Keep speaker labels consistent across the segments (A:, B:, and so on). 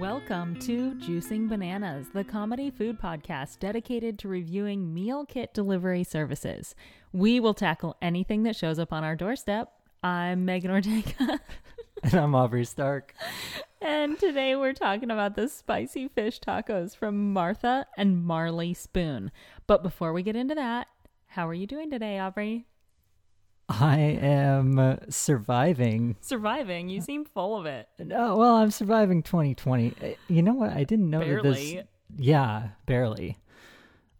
A: Welcome to Juicing Bananas, the comedy food podcast dedicated to reviewing meal kit delivery services. We will tackle anything that shows up on our doorstep. I'm Megan Ortega,
B: And I'm Aubrey Stark.
A: and today we're talking about the spicy fish tacos from Martha and Marley Spoon. But before we get into that, how are you doing today, Aubrey?
B: I am uh, surviving.
A: Surviving. You seem full of it.
B: No, well, I'm surviving 2020. Uh, You know what? I didn't know that
A: Barely.
B: this. Yeah, barely.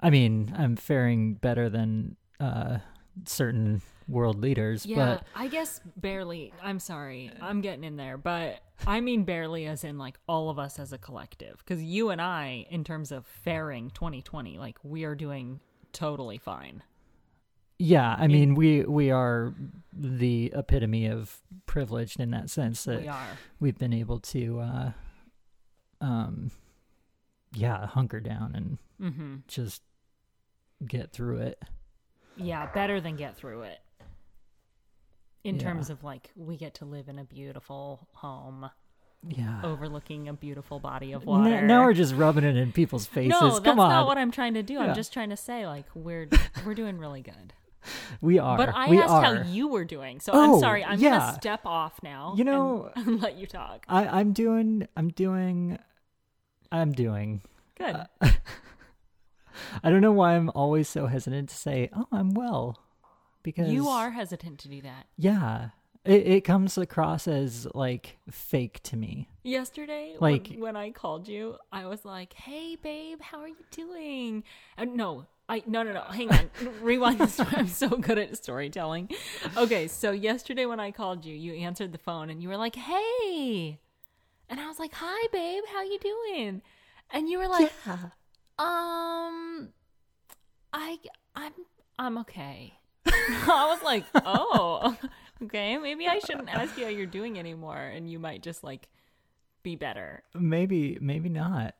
B: I mean, I'm faring better than uh, certain world leaders,
A: Yeah, I guess barely. I'm sorry. I'm getting in there, but I mean barely as in like all of us as a collective cuz you and I in terms of faring 2020, like we are doing totally fine.
B: but yeah, I mean, we we are the epitome of privileged in that sense that
A: We are.
B: we've been able to, uh, um, yeah, hunker down and
A: Mhm.
B: just get through it.
A: Yeah, better than get through it. In
B: Yeah.
A: terms of like we get to live in a beautiful home
B: Yeah.
A: Oh, overlooking a beautiful body of
B: N-
A: water.
B: now we're just rubbing it in people's faces.
A: no, that's
B: Come on,
A: not what I'm trying to do.
B: Yeah.
A: I'm just trying to say like we're we're doing really good.
B: we are.
A: But I
B: we
A: asked
B: are.
A: how you were doing, so I'm
B: Oh,
A: sorry. I'm
B: yeah.
A: gonna step off now.
B: You know-
A: and, and let you talk.
B: I, I'm doing. I'm doing. I'm doing.
A: Good.
B: uh, I don't know why I'm always so hesitant to say, "Oh, I'm well," because
A: you are hesitant to do that.
B: Yeah, it, it comes across as like fake to me.
A: Yesterday, when-
B: Like-
A: when, I called you, I was like, "Hey, babe, how are you doing?" And no, I no no no. Hang on, rewind this. I'm so good at storytelling. Okay, so yesterday when I called you, you answered the phone and you were like, "Hey," and I was like, "Hi, babe, how you doing?" And you were like, Um, I I'm I'm okay. I was like, oh, okay. Maybe I shouldn't ask you how you're doing anymore, and you might just like be better.
B: Maybe, maybe not.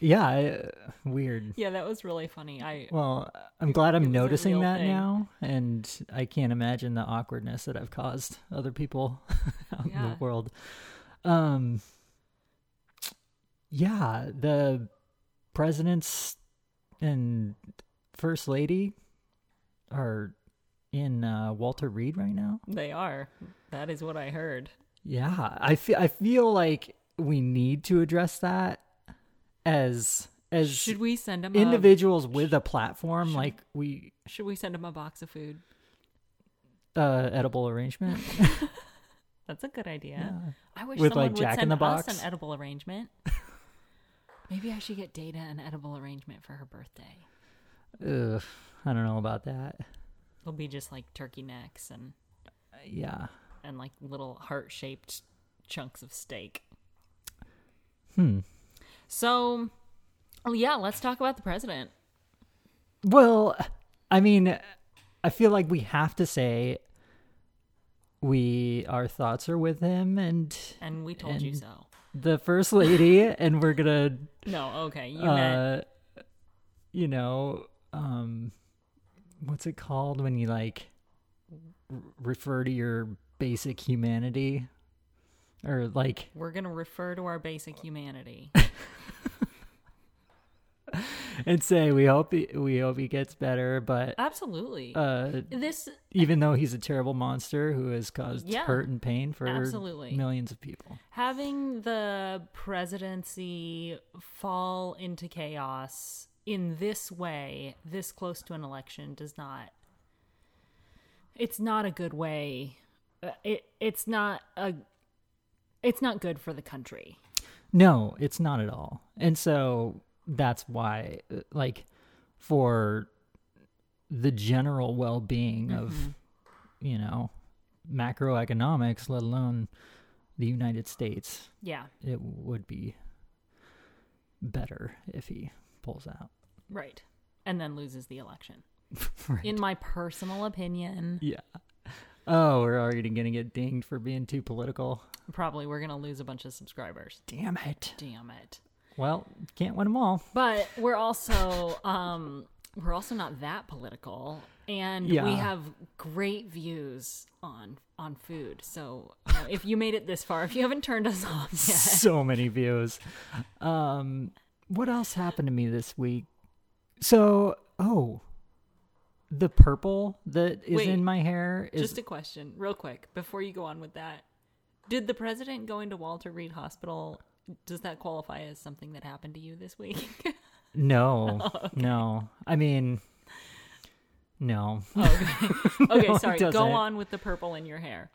B: Yeah, I, weird.
A: Yeah, that was really funny. I
B: Well, I'm glad I'm
A: was a real
B: noticing that
A: thing.
B: now, and I can't imagine the awkwardness that I've caused other people out in
A: Yeah.
B: the world. Um, yeah, the presidents and first lady are in uh, Walter Reed right now.
A: they are. That is what I heard.
B: Yeah, I feel I feel like we need to address that as as
A: Should we um, send them a,
B: individuals with a platform like we
A: Should we send them a box of food?
B: uh, edible arrangement.
A: That's a good idea.
B: Yeah.
A: I wish
B: With,
A: someone
B: like,
A: would
B: Jack in
A: send
B: the
A: us
B: Box?
A: an edible arrangement. Maybe I should get Data an edible arrangement for her birthday.
B: Ugh, I don't know about that.
A: It'll be just like turkey necks and
B: Yeah.
A: and like little heart shaped chunks of steak.
B: Hmm.
A: So, oh yeah, let's talk about the president.
B: Well, I mean, I feel like we have to say we our thoughts are with him and
A: And we told you
B: And-
A: so.
B: the first lady, and we're gonna,
A: No, okay, you meant
B: uh, you know, um, what's it called when you like r- refer to your basic humanity, or like
A: we're gonna refer to our basic
B: Uh,
A: humanity.
B: and say we hope he, we hope he gets better, but
A: Absolutely.
B: uh,
A: this
B: even though he's a terrible monster who has caused
A: Yeah.
B: hurt and pain for
A: Absolutely.
B: millions of people.
A: having the presidency fall into chaos in this way, this close to an election, does not. It's not a good way. Uh, It it's not a. It's not good for the country.
B: No, it's not at all. And so that's why uh, like for the general well-being of
A: Mm-hmm.
B: you know macroeconomics let alone the United States,
A: Yeah.
B: it would be better if he pulls out.
A: Right. And then loses the election.
B: Right.
A: In my personal opinion,
B: Yeah. Oh, we're already going to get dinged for being too political.
A: probably we're going to lose a bunch of subscribers.
B: Damn it.
A: Damn it.
B: Well, can't win them all.
A: But we're also um we're also not that political and we
B: Yeah.
A: have great views on on food. So uh, if you made it this far, if you haven't turned us off yet,
B: so many views. Um, what else happened to me this week? So, oh, the purple that is
A: Wait,
B: in my hair is
A: just a question, real quick, before you go on with that, did the president going to Walter Reed Hospital? Does that qualify as something that happened to you this week?
B: no,
A: Oh,
B: no. I mean, no.
A: okay,
B: No, it
A: sorry.
B: doesn't.
A: Go on with the purple in your hair.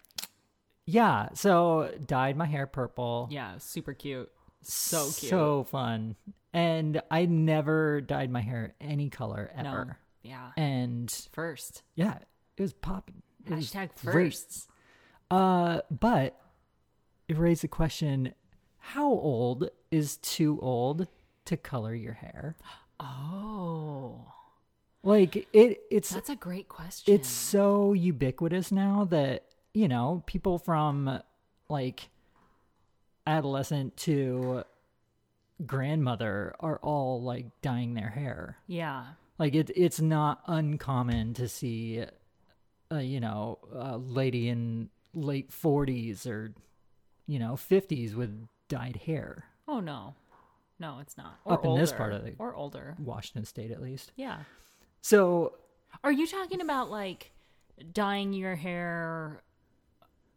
B: Yeah. So dyed my hair purple.
A: Yeah, super cute. So cute.
B: So fun. And I never dyed my hair any color
A: no.
B: ever.
A: Yeah.
B: And
A: First.
B: yeah, it was popping. It was
A: Hashtag
B: great.
A: firsts.
B: Uh, but it raised the question: How old is too old to color your hair?
A: Oh.
B: Like it, it's
A: That's a great question.
B: it's so ubiquitous now that you know people from like adolescent to grandmother are all like dyeing their hair.
A: yeah.
B: Like it, it's not uncommon to see, uh, you know, a lady in late forties or, you know, fifties with dyed hair.
A: Oh no. No, it's not. Or
B: Up in this
A: older.
B: part of the-
A: or older.
B: Washington State, at least.
A: Yeah.
B: So
A: Are you talking about like dyeing your hair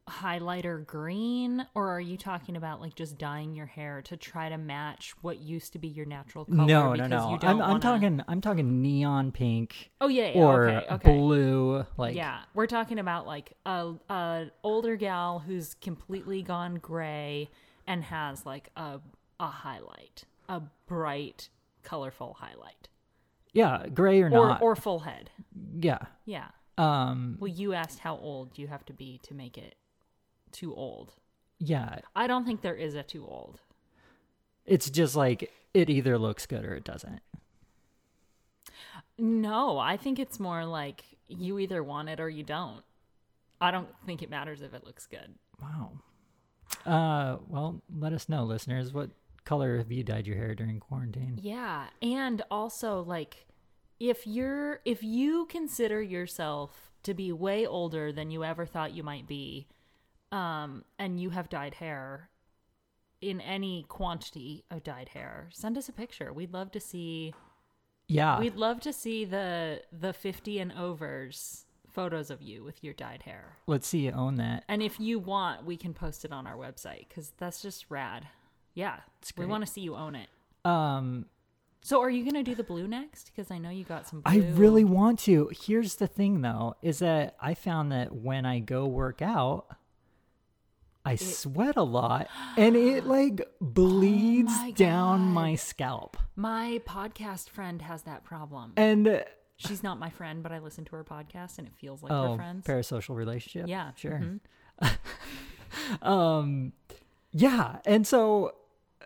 A: highlighter green or are you talking about like just dyeing your hair to try to match what used to be your natural color
B: no, no,
A: because
B: no.
A: you don't
B: I'm, I'm
A: wanna-
B: talking, I'm talking neon pink
A: Oh yeah, yeah
B: or
A: okay, okay.
B: blue. Like,
A: yeah, we're talking about like a, a older gal who's completely gone gray and has like a a highlight, a bright, colorful highlight,
B: yeah, gray or
A: or
B: not.
A: or full head.
B: yeah.
A: Yeah.
B: Um.
A: Well, you asked how old you have to be to make it too old.
B: Yeah.
A: I don't think there is a too old.
B: It's just like it either looks good or it doesn't.
A: No, I think it's more like you either want it or you don't. I don't think it matters if it looks good.
B: Wow. Uh, well, let us know, listeners. What color have you dyed your hair during quarantine?
A: Yeah, and also like if you're if you consider yourself to be way older than you ever thought you might be, um, and you have dyed hair in any quantity of dyed hair, send us a picture. We'd love to see
B: Yeah,
A: we'd love to see the the fifty and overs photos of you with your dyed hair.
B: let's see you own that.
A: And if you want, we can post it on our website because that's just rad. Yeah, we
B: great.
A: want to see you own it.
B: Um,
A: So are you gonna do the blue next? Because I know you got some. Blue.
B: I really want to. Here's the thing, though, is that I found that when I go work out, I sweat a lot, and it like bleeds
A: Oh my
B: down
A: God.
B: my scalp.
A: My podcast friend has that problem.
B: And uh,
A: She's not my friend, but I listen to her podcast and it feels like we're
B: oh,
A: friends.
B: parasocial relationship.
A: Yeah,
B: sure.
A: mhm.
B: um, yeah, and so uh,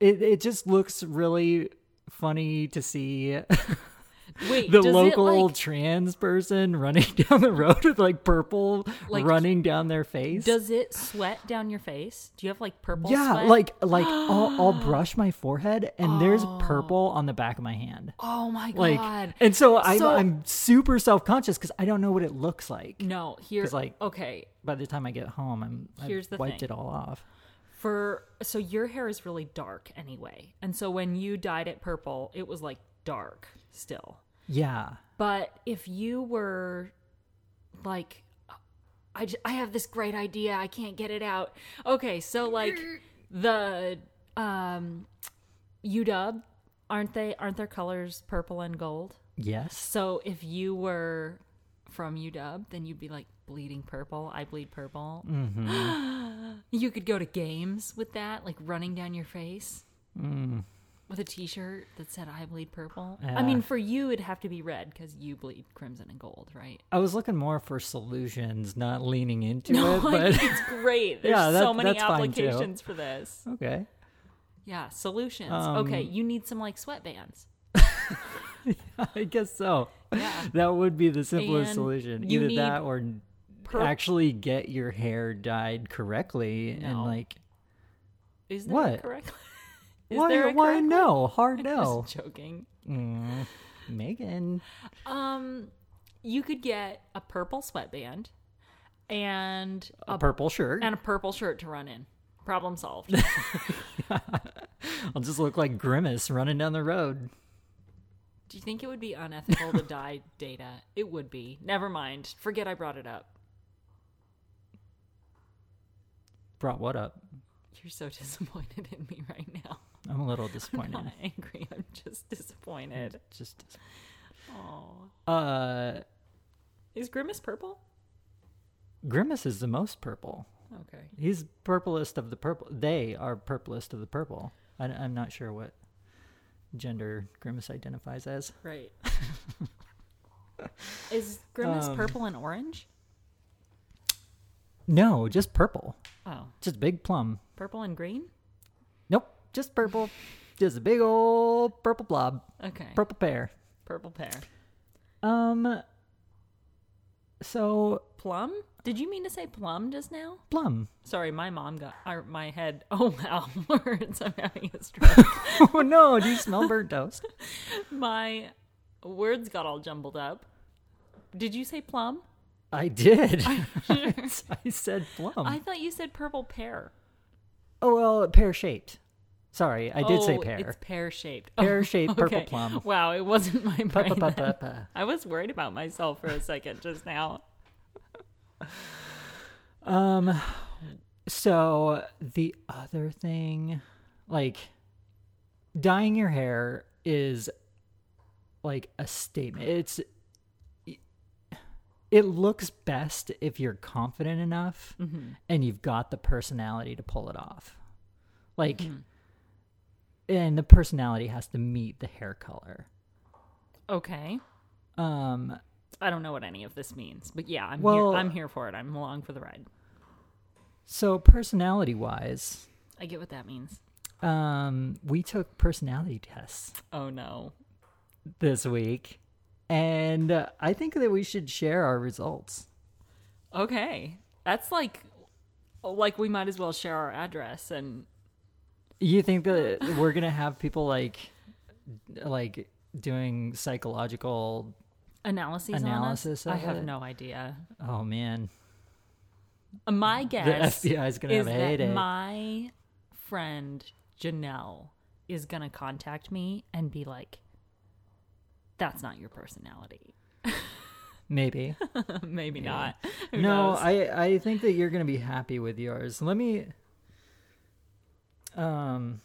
B: it it just looks really funny to see
A: Wait,
B: the
A: does it,
B: local
A: like-
B: trans person running down the road with like purple
A: Like,
B: running down their face.
A: does it sweat down your face? Do you have like purple?
B: yeah,
A: sweat?
B: like like I'll, I'll brush my forehead and there's purple on the back of my hand.
A: oh my
B: Like,
A: Oh.
B: eh.
A: god.
B: and so I'm,
A: So-
B: I'm super self conscious because I don't know what it looks like.
A: no, here.
B: 'Cause, like-
A: okay,
B: By the time I get home, I'm I've
A: Here's the
B: wiped
A: thing.
B: it all off.
A: for so your hair is really dark anyway, and so when you dyed it purple, it was like dark still.
B: Yeah,
A: But if you were like, I, j- I have this great idea, I can't get it out. Okay, so like the um, UW, aren't they? Aren't their colors purple and gold?
B: yes,
A: So if you were from UW, then you'd be like bleeding purple. I bleed purple.
B: Mm-hmm.
A: you could go to games with that, like running down your face. With a T-shirt that said "I bleed purple." I
B: Mm. Yeah.
A: mean, for you, it'd have to be red because you bleed crimson and gold, right?
B: I was looking more for solutions, not leaning into it.
A: Like,
B: But
A: it's great. There's
B: Yeah, that-
A: so many
B: that's fine, too.
A: applications for this.
B: okay,
A: Yeah, solutions.
B: Um,
A: okay, you need some like sweatbands.
B: I guess so.
A: Yeah.
B: That would be the simplest
A: And
B: solution.
A: you
B: Either
A: need
B: that or n-
A: pur-
B: actually get your hair dyed correctly and
A: No.
B: like
A: Is that
B: What?
A: correct? Is
B: why
A: there a
B: why
A: correct-
B: no?
A: Just
B: Hard no.
A: joking.
B: Mm, Megan.
A: Um, you could get a purple sweatband and
B: A
A: a,
B: purple shirt.
A: and a purple shirt to run in. Problem solved.
B: I'll just look like Grimace running down the road.
A: Do you think it would be unethical to dye data? It would be. Never mind. Forget I brought it up.
B: Brought what up?
A: You're so disappointed in me right now.
B: I'm a little
A: I'm
B: disappointed.
A: not angry. I'm just disappointed.
B: Just dis-
A: Oh,
B: uh,
A: is Grimace purple?
B: Grimace is the most purple.
A: Okay.
B: He's purplest of the purple. They are purplest of the purple. I, am not sure what gender Grimace identifies as.
A: Right. is Grimace
B: Um,
A: purple and orange?
B: No, just purple.
A: Oh,
B: Just big plum.
A: purple and green?
B: Nope, just purple. Just a big old purple blob.
A: Okay.
B: Purple pear.
A: purple pear.
B: Um. So
A: Plum? Did you mean to say plum just now?
B: plum.
A: Sorry, my mom got or my head. Oh wow, words. I'm having a stroke.
B: oh no! Do you smell burnt toast?
A: my words got all jumbled up. Did you say plum?
B: I did. I said plum.
A: I thought you said purple pear.
B: oh well, pear shaped. Sorry, I did say
A: Oh,
B: pear.
A: It's pear shaped.
B: Pear-shaped purple plum.
A: Wow, it wasn't my
B: Pa, pa,
A: brain.
B: pa, pa, pa.
A: I was worried about myself for a second just now.
B: Um, so the other thing, like, dyeing your hair is like a statement. It's it looks best if you're confident enough and you've got the personality to pull it off. Like, and the personality has to meet the hair color.
A: Okay.
B: Um,
A: I don't know what any of this means, but yeah, I'm
B: Well-
A: here. I'm here for it. I'm along for the ride.
B: so personality wise,
A: I get what that means.
B: um, we took personality tests.
A: Oh no.
B: this week, and uh, I think that we should share our results.
A: Okay. That's like like we might as well share our address and
B: You think that we're gonna have people like, like doing psychological?
A: analyses
B: Analysis
A: on us?
B: of
A: I have
B: it?
A: no idea.
B: Oh man,
A: Uh, My guess
B: the FBI is gonna
A: is
B: have a
A: that
B: heyday.
A: my friend Janelle is going to contact me and be like that's not your personality.
B: Maybe.
A: Maybe not. Who
B: no,
A: knows?
B: I I think that you're gonna be happy with yours. Let me. Um.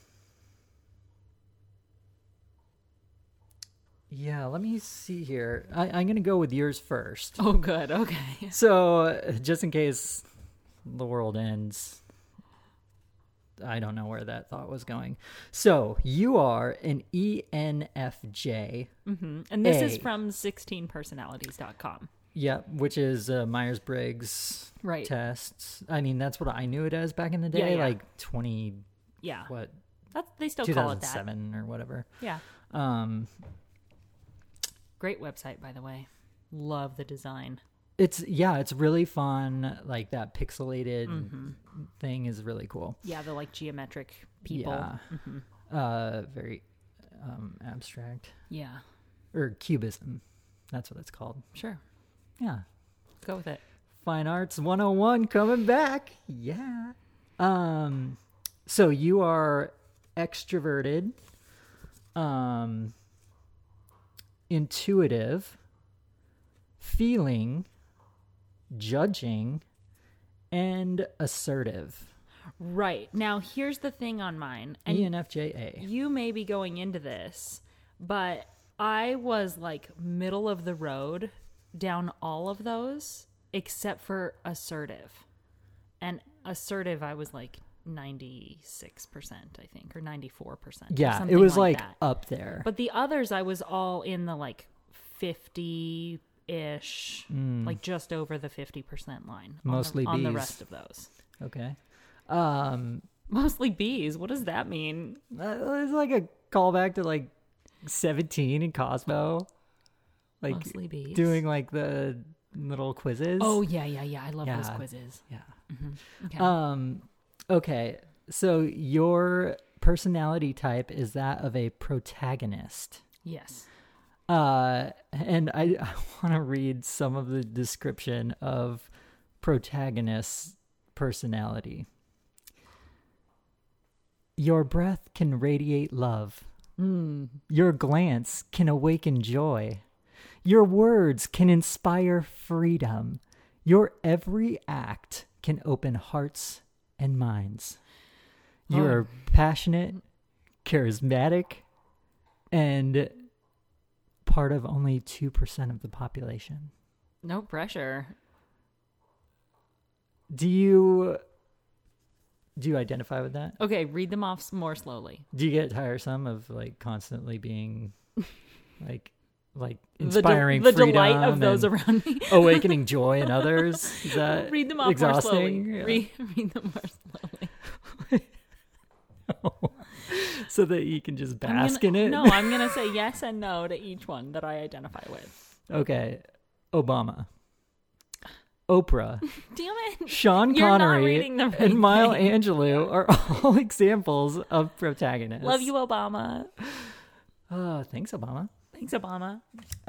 B: Yeah, let me see here. I, I'm gonna go with yours first.
A: Oh good. Okay.
B: So, uh, just in case the world ends, I don't know where that thought was going. So, you are an E ENFJ,
A: Mhm. And this is
B: A.
A: from 16personalities.com.
B: yep, which is uh, Myers Briggs
A: Right.
B: tests. I mean, that's what I knew it as back in the
A: Yeah,
B: day,
A: yeah.
B: like 20,
A: Yeah.
B: what,
A: That's they still call it that.
B: 2007 or whatever.
A: Yeah.
B: Um,
A: Great website, by the way. Love the design.
B: it's, yeah, it's really fun. Like, that pixelated
A: Mm-hmm.
B: thing is really cool.
A: Yeah, the like geometric people.
B: Yeah.
A: Mm-hmm.
B: Uh, very um, abstract.
A: Yeah,
B: or cubism. That's what it's called.
A: sure.
B: Yeah.
A: Go with it.
B: Fine Arts 101 coming back. Yeah. Um so you are extroverted, um intuitive, feeling, judging, and assertive. E
A: Right. Now, here's the thing on mine. And
B: ENFJA.
A: you may be going into this, but I was like middle of the road down all of those except for assertive. And assertive, I was like 96%, I think, or 94%. or
B: Yeah, it
A: something
B: was like,
A: that.
B: up there.
A: But the others, I was all in the like 50 ish, like just over the 50% line.
B: Hmm. Mostly
A: on the, on
B: Bs.
A: the rest of those.
B: okay. Um
A: Mostly bees. What does that mean?
B: Uh, it's like a callback to like 17 in Cosmo. Like
A: Mostly bees.
B: doing like the little quizzes.
A: Oh, yeah, yeah, yeah. I love those
B: Yeah.
A: quizzes.
B: yeah.
A: Okay.
B: Um okay. So your personality type is that of a protagonist.
A: yes.
B: Uh, and I, I want to read some of the description of protagonist's personality. Your breath can radiate love. Your glance can awaken joy. Your words can inspire freedom. Your every act can open hearts and minds. You
A: Oh.
B: are passionate, charismatic, and part of only 2% of the population.
A: No pressure.
B: Do you do you identify with that?
A: Okay, read them off s- more slowly.
B: Do you get tiresome of like constantly being like like
A: The de-
B: inspiring
A: the,
B: freedom
A: delight of those
B: and
A: around me.
B: awakening joy in others? Is that
A: read them off
B: exhausting?
A: more slowly.
B: Yeah.
A: Read, read them more slowly.
B: so that you can just
A: I'm gonna-
B: bask in it.
A: No, I'm gonna say yes and no to each one that I identify with.
B: Okay. Obama. Oprah,
A: Damn it!
B: Sean
A: You're not
B: Connery,
A: reading the right
B: and Maya
A: thing.
B: Angelou are all examples of protagonists.
A: Love you, Obama.
B: Oh, thanks, Obama.
A: Thanks, Obama.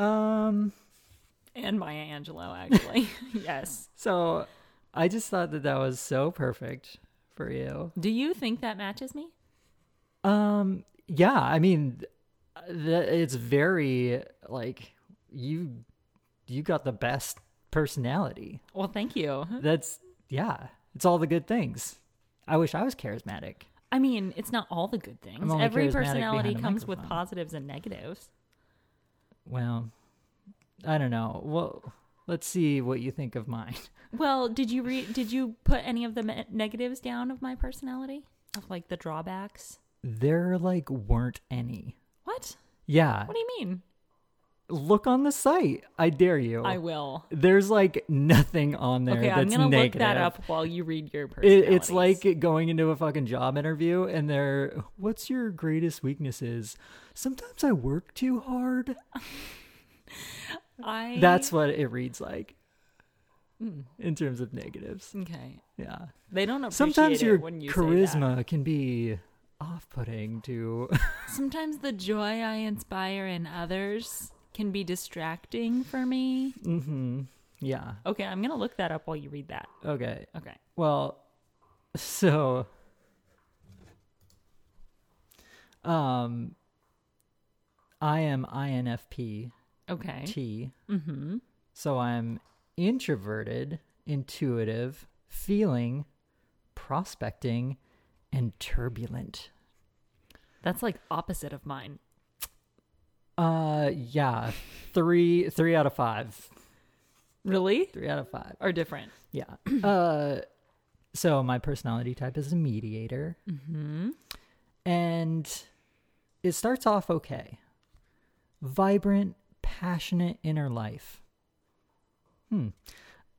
B: Um,
A: And Maya Angelou, actually. yes.
B: so I just thought that that was so perfect for you.
A: Do you think that matches me?
B: Um, yeah, I mean, th- it's very like you you got the best personality.
A: Well, thank you.
B: That's yeah, it's all the good things. I wish I was charismatic.
A: I mean, it's not all the good things.
B: I'm only
A: Every
B: charismatic
A: personality
B: behind a
A: comes with
B: microphone.
A: positives and negatives.
B: Well, I don't know. Well, let's see what you think of mine.
A: Well, did you re- did you put any of the me- negatives down of my personality? Of like the drawbacks?
B: There like weren't any.
A: What?
B: Yeah,
A: What do you mean?
B: look on the site. I dare you.
A: I will.
B: There's like nothing on there
A: Okay,
B: that's
A: I'm gonna
B: negative.
A: look that up while you read your personality.
B: It, it's like going into a fucking job interview and they're, what's your greatest weaknesses? Sometimes I work too hard.
A: I
B: That's what it reads like in terms of negatives.
A: okay.
B: Yeah.
A: They don't Hmm. appreciate
B: Sometimes
A: it
B: your
A: when you say that.
B: charisma can be off putting to.
A: Sometimes the joy I inspire in others can be distracting for me.
B: hmm Yeah.
A: Okay, I'm gonna look that up while you read that.
B: Okay.
A: Okay.
B: Well, so um I am INFP
A: Okay.
B: T.
A: Mm-hmm.
B: So I'm introverted, intuitive, feeling, prospecting, and turbulent.
A: That's like opposite of mine.
B: Uh yeah, 3 3 out of 5.
A: Really?
B: 3 out of 5.
A: Or different.
B: Yeah. uh, so my personality type is a mediator, and it starts off okay. Vibrant, passionate inner life. Hmm.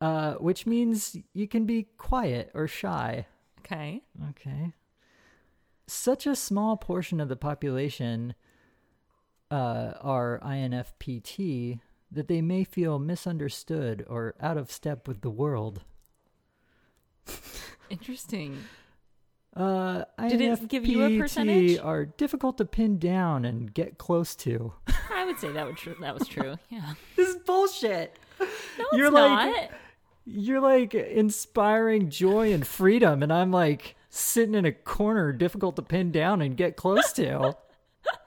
B: Uh, which means you can be quiet or shy.
A: Okay.
B: Okay. Such a small portion of the population uh, are INFPT that they may feel misunderstood or out of step with the world.
A: Interesting.
B: Uh,
A: Did it give you a
B: INFPT
A: percentage?
B: Are difficult to pin down and get close to.
A: I would say that would tr- that was true. Yeah.
B: This is bullshit.
A: No,
B: You're
A: it's
B: like-
A: not.
B: You're like inspiring joy and freedom, and I'm like sitting in a corner, difficult to pin down and get close to.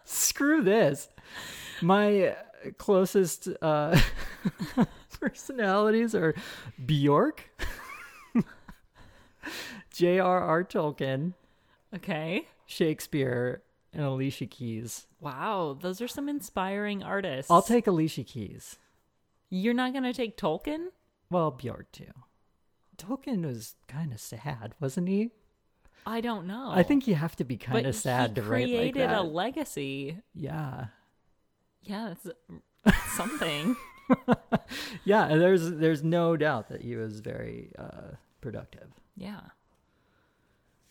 B: Screw this. My closest uh, personalities are Bjork, J.R.R. Tolkien,
A: Okay.
B: Shakespeare, and Alicia Keys.
A: Wow, those are some inspiring artists.
B: I'll take Alicia Keys.
A: You're not gonna take Tolkien?
B: Well, Bjork too. Tolkien was kind of sad, wasn't he?
A: I don't know.
B: I think you have to be
A: But
B: kind of sad
A: he
B: to write like
A: created
B: that.
A: a legacy.
B: yeah,
A: Yeah, that's something.
B: yeah. and There's there's no doubt that he was very uh, productive.
A: Yeah.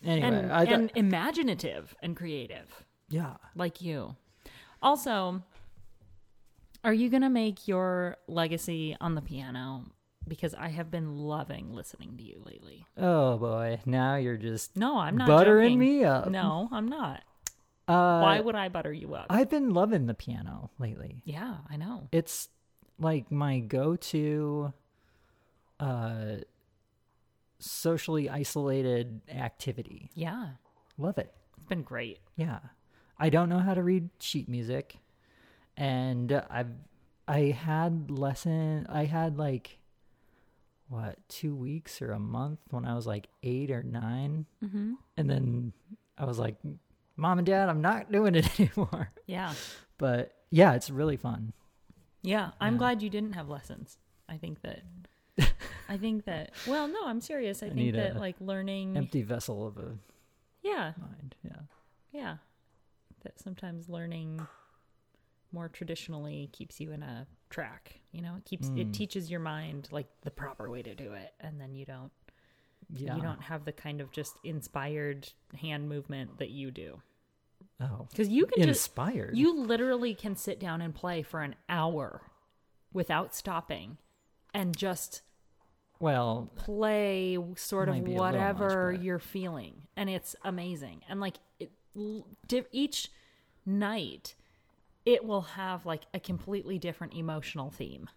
B: Anyway,
A: and,
B: I thought
A: and imaginative and creative,
B: yeah.
A: like you. Also, are you going to make your legacy on the piano? Because I have been loving listening to you lately.
B: Oh boy, now you're just
A: No, I'm not joking.
B: buttering me up.
A: No, I'm not.
B: Uh,
A: Why would I butter you up?
B: I've been loving the piano lately.
A: yeah, I know.
B: It's like my go-to uh socially isolated activity.
A: Yeah,
B: Love it.
A: it's been great.
B: Yeah. I don't know how to read sheet music and uh, I've I had lesson I had like what, 2 weeks or a month when I was like 8 or 9
A: Mm-hmm.
B: and then I was like mom and dad, I'm not doing it anymore.
A: Yeah,
B: But yeah, it's really fun.
A: yeah. I'm
B: Yeah.
A: glad you didn't have lessons. I think that. I think that. Well, no, I'm serious. I, think
B: need
A: that
B: a
A: like learning.
B: Empty vessel of a
A: Yeah,
B: mind. Yeah.
A: yeah. That sometimes learning more traditionally keeps you in a track. You know, it keeps
B: Mm.
A: it teaches your mind like the proper way to do it, and then you don't
B: Yeah.
A: you don't have the kind of just inspired hand movement that you do
B: Oh.
A: because you can just
B: Inspired.
A: you literally can sit down and play for an hour without stopping and just
B: well,
A: play sort of
B: Might be a little much,
A: whatever
B: but-
A: you're feeling and it's amazing and like it, l- di- each night it will have like a completely different emotional theme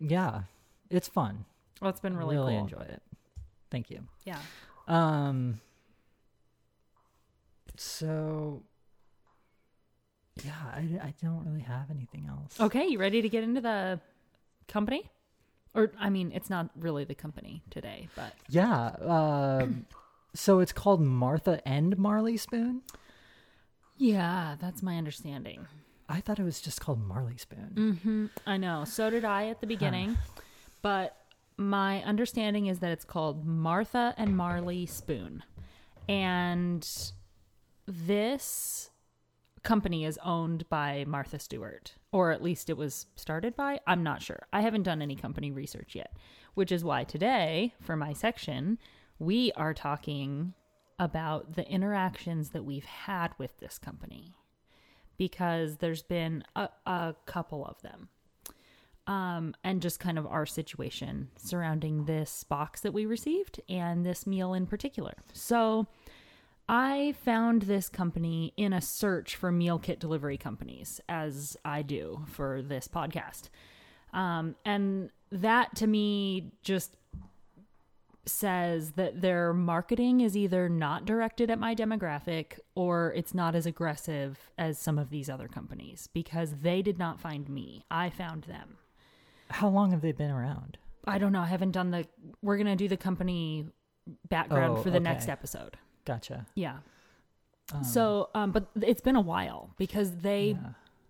B: yeah. It's fun.
A: well it's been really,
B: really
A: cool
B: enjoy it. Thank you.
A: yeah
B: Um so yeah, I, I don't really have anything else.
A: okay you ready to get into the company or i mean it's not really the company today but
B: Yeah. Um so it's called Martha and Marley Spoon.
A: yeah that's my understanding
B: I thought it was just called Marley Spoon.
A: Mm. I know. So did I at the beginning. But my understanding is that it's called Martha and Marley Spoon. And this company is owned by Martha Stewart, or at least it was started by. I'm not sure. I haven't done any company research yet, which is why today, for my section, we are talking about the interactions that we've had with this company because there's been a, a couple of them. Um, and just kind of our situation surrounding this box that we received and this meal in particular. So I found this company in a search for meal kit delivery companies, as I do for this podcast. Um, and that to me just says that their marketing is either not directed at my demographic or it's not as aggressive as some of these other companies because they did not find me. I found them.
B: How long have they been around?
A: I don't know. I haven't done the. We're going to do the company background
B: Oh,
A: for the
B: okay.
A: next episode.
B: Gotcha.
A: Yeah. so, um, but it's been a while because they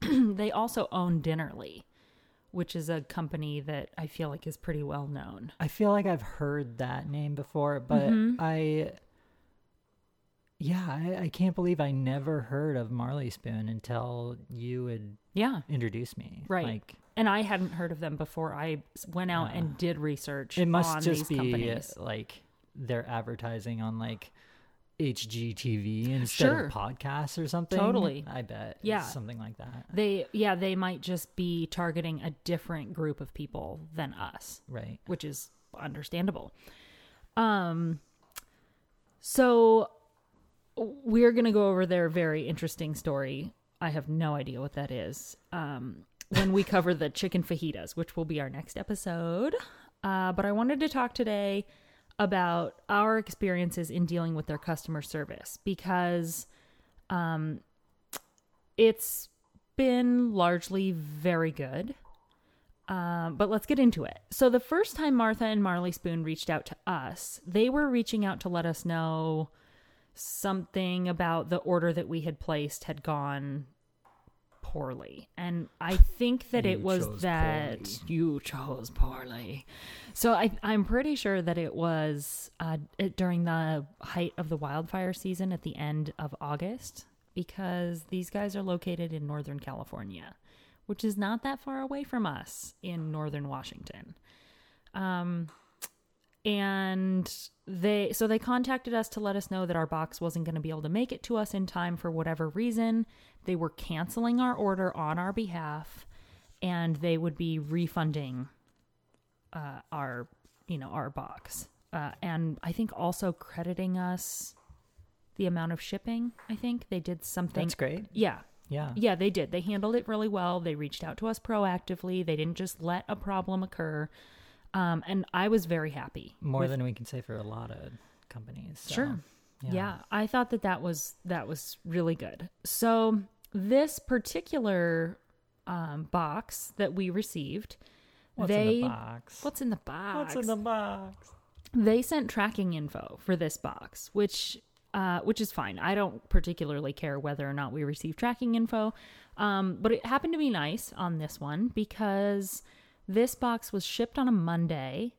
B: Yeah.
A: they also own Dinnerly, which is a company that I feel like is pretty well known.
B: I feel like I've heard that name before, but
A: Mm-hmm.
B: I yeah, I, I can't believe I never heard of Marley Spoon until you had
A: Yeah.
B: introduced me.
A: Right.
B: Like
A: and I hadn't heard of them before I s- went out and did research.
B: it must
A: on these
B: just be
A: companies.
B: like they're advertising on like HGTV instead
A: Sure.
B: of podcasts or something.
A: Totally.
B: I bet.
A: Yeah.
B: Something like that.
A: they yeah they might just be targeting a different group of people than us,
B: Right.
A: which is understandable. Um, so we're gonna go over their very interesting story. I have no idea what that is. Um, when we cover the chicken fajitas, which will be our next episode. Uh, but I wanted to talk today about our experiences in dealing with their customer service because um, it's been largely very good. Um, but let's get into it. So, the first time Martha and Marley Spoon reached out to us, they were reaching out to let us know something about the order that we had placed had gone poorly. And I think that it
B: You
A: was
B: chose
A: that
B: poorly.
A: you chose poorly. So, I, I'm pretty sure that it was uh, it- during the height of the wildfire season at the end of August because these guys are located in Northern California which is not that far away from us in northern Washington. Um, and they so they contacted us to let us know that our box wasn't going to be able to make it to us in time for whatever reason. They were canceling our order on our behalf, and they would be refunding uh, our you know our box, uh, and I think also crediting us the amount of shipping. I think they did something.
B: That's great.
A: yeah,
B: Yeah.
A: yeah, they did. They handled it really well. They reached out to us proactively. They didn't just let a problem occur. Um, and I was very happy.
B: More
A: with-
B: than we can say for a lot of companies. so,
A: Sure. Yeah. I thought that that was that was really good. So this particular um, box that we received,
B: What's
A: they
B: in the box?
A: what's in the box?
B: What's in the box?
A: they sent tracking info for this box, which uh, which is fine. I don't particularly care whether or not we receive tracking info, um, but it happened to be nice on this one because this box was shipped on a Monday,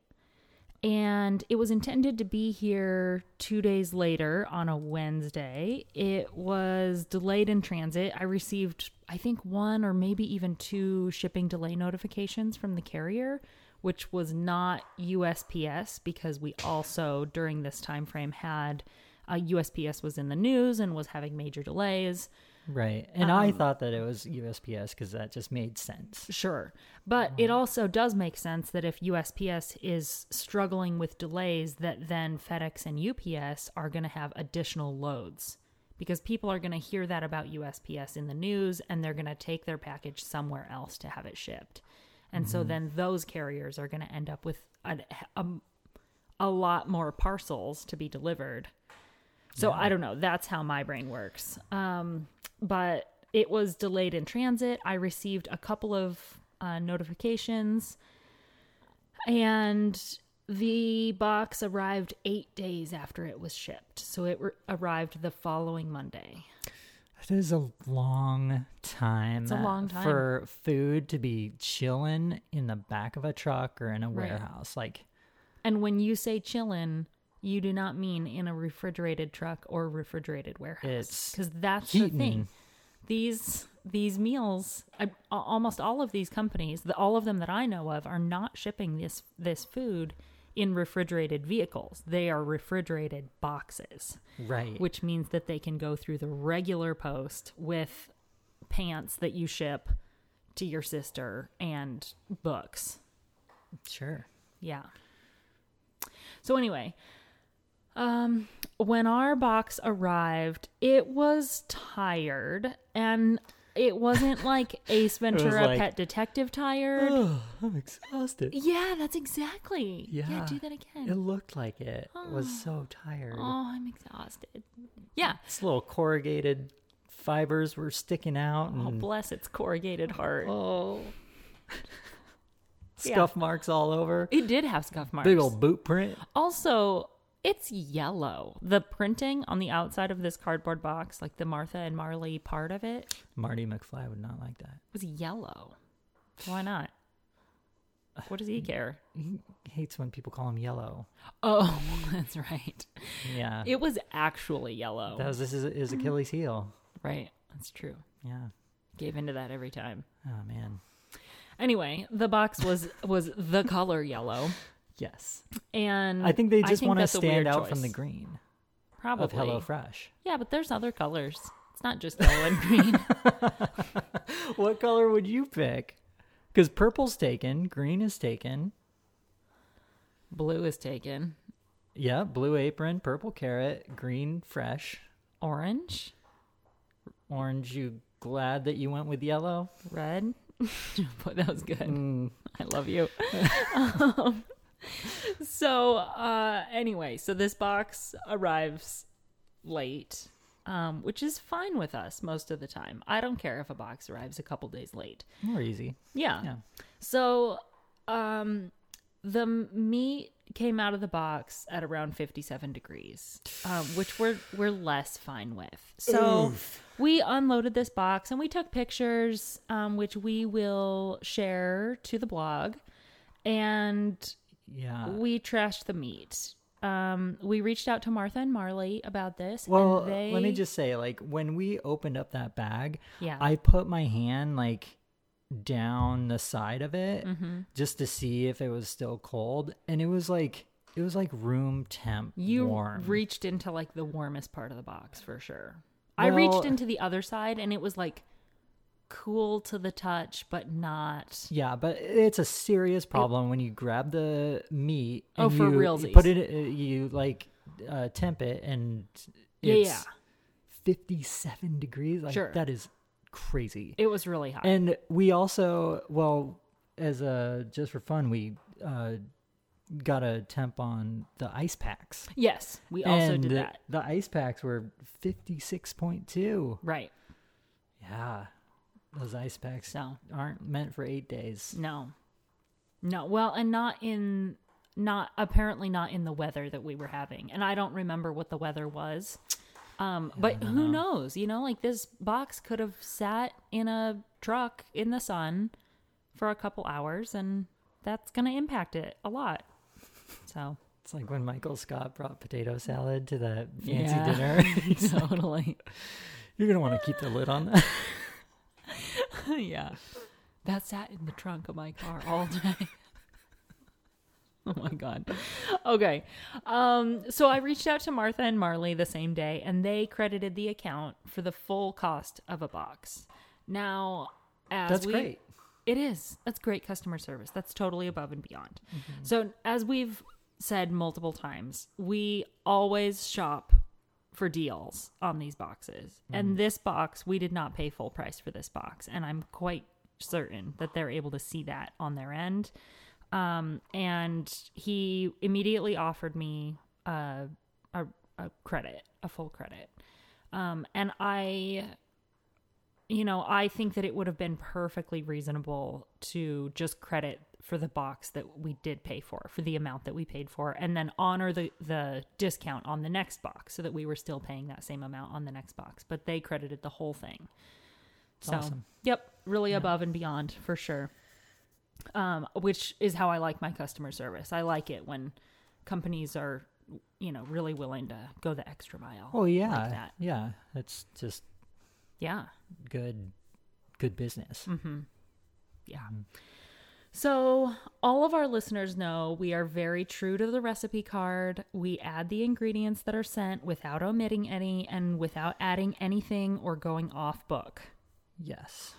A: and it was intended to be here two days later on a Wednesday. It was delayed in transit. I received, I think, one or maybe even two shipping delay notifications from the carrier, which was not USPS because we also during this time frame had uh, USPS was in the news and was having major delays.
B: Right. And I thought that it was USPS because that just made sense.
A: Um, Sure. But it also does make sense that if USPS is struggling with delays, that then FedEx and UPS are going to have additional loads because people are going to hear that about USPS in the news and they're going to take their package somewhere else to have it shipped. And so then those carriers are going to end up with a, a, a lot more parcels to be delivered. So I don't know. That's how my brain works. Um, but it was delayed in transit. I received a couple of uh, notifications, and the box arrived eight days after it was shipped. So it re- arrived the following Monday.
B: It is a long time.
A: It's a long time.
B: for food to be chilling in the back of a truck or in a
A: Right.
B: warehouse. Like
A: And when you say chillin', you do not mean in a refrigerated truck or refrigerated warehouse
B: It's
A: because that's the thing.
B: heatin'.
A: These these meals, I, a- almost all of these companies, the, all of them that I know of, are not shipping this this food in refrigerated vehicles. They are refrigerated boxes,
B: right.
A: which means that they can go through the regular post with pants that you ship to your sister and books.
B: sure.
A: Yeah. So anyway, um when our box arrived, it was tired and it wasn't like Ace
B: was
A: Ventura
B: like,
A: Pet Detective tired.
B: Oh, I'm exhausted.
A: Yeah, that's exactly.
B: Yeah.
A: do that
B: It
A: again.
B: looked like it. was so tired.
A: Oh, I'm exhausted. Yeah.
B: Its little corrugated fibers were sticking out
A: Oh,
B: and
A: bless its corrugated heart.
B: Mm. oh. scuff marks all over.
A: It did have scuff marks.
B: Big old boot print.
A: Also, it's yellow. The printing on the outside of this cardboard box, like the Martha and Marley part of it,
B: Marty McFly would not like that.
A: was yellow. Why not? What does he care?
B: He hates when people call him yellow.
A: Oh, that's right.
B: Yeah.
A: It was actually yellow.
B: that was this is is Achilles heel.
A: right. That's true.
B: Yeah.
A: Gave into that every time.
B: Oh man.
A: Anyway, the box was was the color yellow,
B: Yes.
A: and
B: I think they just want
A: Mm.
B: to
A: that's a
B: stand
A: weird
B: out from
A: choice.
B: the green
A: probably.
B: of Hello Fresh.
A: yeah, but there's other colors. It's not just yellow and green.
B: What color would you pick? Because purple's taken, green is taken.
A: Blue is taken.
B: Yeah, blue apron, purple carrot, green fresh,
A: Orange,
B: orange. You glad that you went with yellow?
A: red. Boy, that was good. I love you. Um, so uh, anyway, so this box arrives late, um, which is fine with us most of the time. I don't care if a box arrives a couple days late.
B: More easy.
A: Yeah.
B: Yeah.
A: So um, the m- meat came out of the box at around 57 degrees, um, which we're we're less fine with. So we unloaded this box and we took pictures, um, which we will share to the blog, and
B: Yeah.
A: we trashed the meat. Um, we reached out to Martha and Marley about this. and
B: Well,
A: they-
B: let me just say, like, when we opened up that bag,
A: Yeah.
B: I put my hand like down the side of it
A: Mm-hmm.
B: just to see if it was still cold, and it was like it was like room temp
A: You
B: warm.
A: reached into like the warmest part of the box for sure. I
B: Well-
A: reached into the other side and it was like cool to the touch, but not.
B: yeah, but it's a serious problem when you grab the meat.
A: Oh,
B: and
A: for
B: you, you
A: realsies.
B: Put it, you like uh, temp it, and it
A: Yeah,
B: it's
A: yeah.
B: 57 degrees. Like,
A: Sure.
B: That is crazy.
A: It was really hot.
B: And we also, well, as a just for fun, we uh, got a temp on the ice packs.
A: yes, we also
B: And
A: did that.
B: The ice packs were fifty six point two.
A: Right.
B: Yeah, those ice packs
A: So
B: aren't meant for eight days.
A: no, no. Well, and not in not apparently not in the weather that we were having, and I don't remember what the weather was. Um, but who knows? You know, like this box could have sat in a truck in the sun for a couple hours, and that's going to impact it a lot. So
B: It's like when Michael Scott brought potato salad to that fancy
A: Yeah.
B: dinner.
A: totally,
B: You're gonna want to keep the lid on that.
A: yeah. That sat in the trunk of my car all day. oh my god. Okay. Um so I reached out to Martha and Marley the same day and they credited the account for the full cost of a box. Now as
B: That's
A: we-
B: great.
A: It is. That's great customer service. That's totally above and beyond. So as we've said multiple times, we always shop for deals on these boxes. And this box, we did not pay full price for this box. And I'm quite certain that they're able to see that on their end. Um, and he immediately offered me uh, a, a credit, a full credit. Um, and I, you know, I think that it would have been perfectly reasonable to just credit for the box that we did pay for, for the amount that we paid for, and then honor the, the discount on the next box so that we were still paying that same amount on the next box. But they credited the whole thing. so,
B: awesome.
A: yep, really above and beyond for sure. Um, which is how I like my customer service. I like it when companies are, you know, really willing to go the extra mile.
B: Oh yeah,
A: that.
B: yeah. It's just
A: Yeah.
B: good, good business.
A: Mm. Yeah. So, all of our listeners know we are very true to the recipe card. We add the ingredients that are sent without omitting any and without adding anything or going off book.
B: Yes.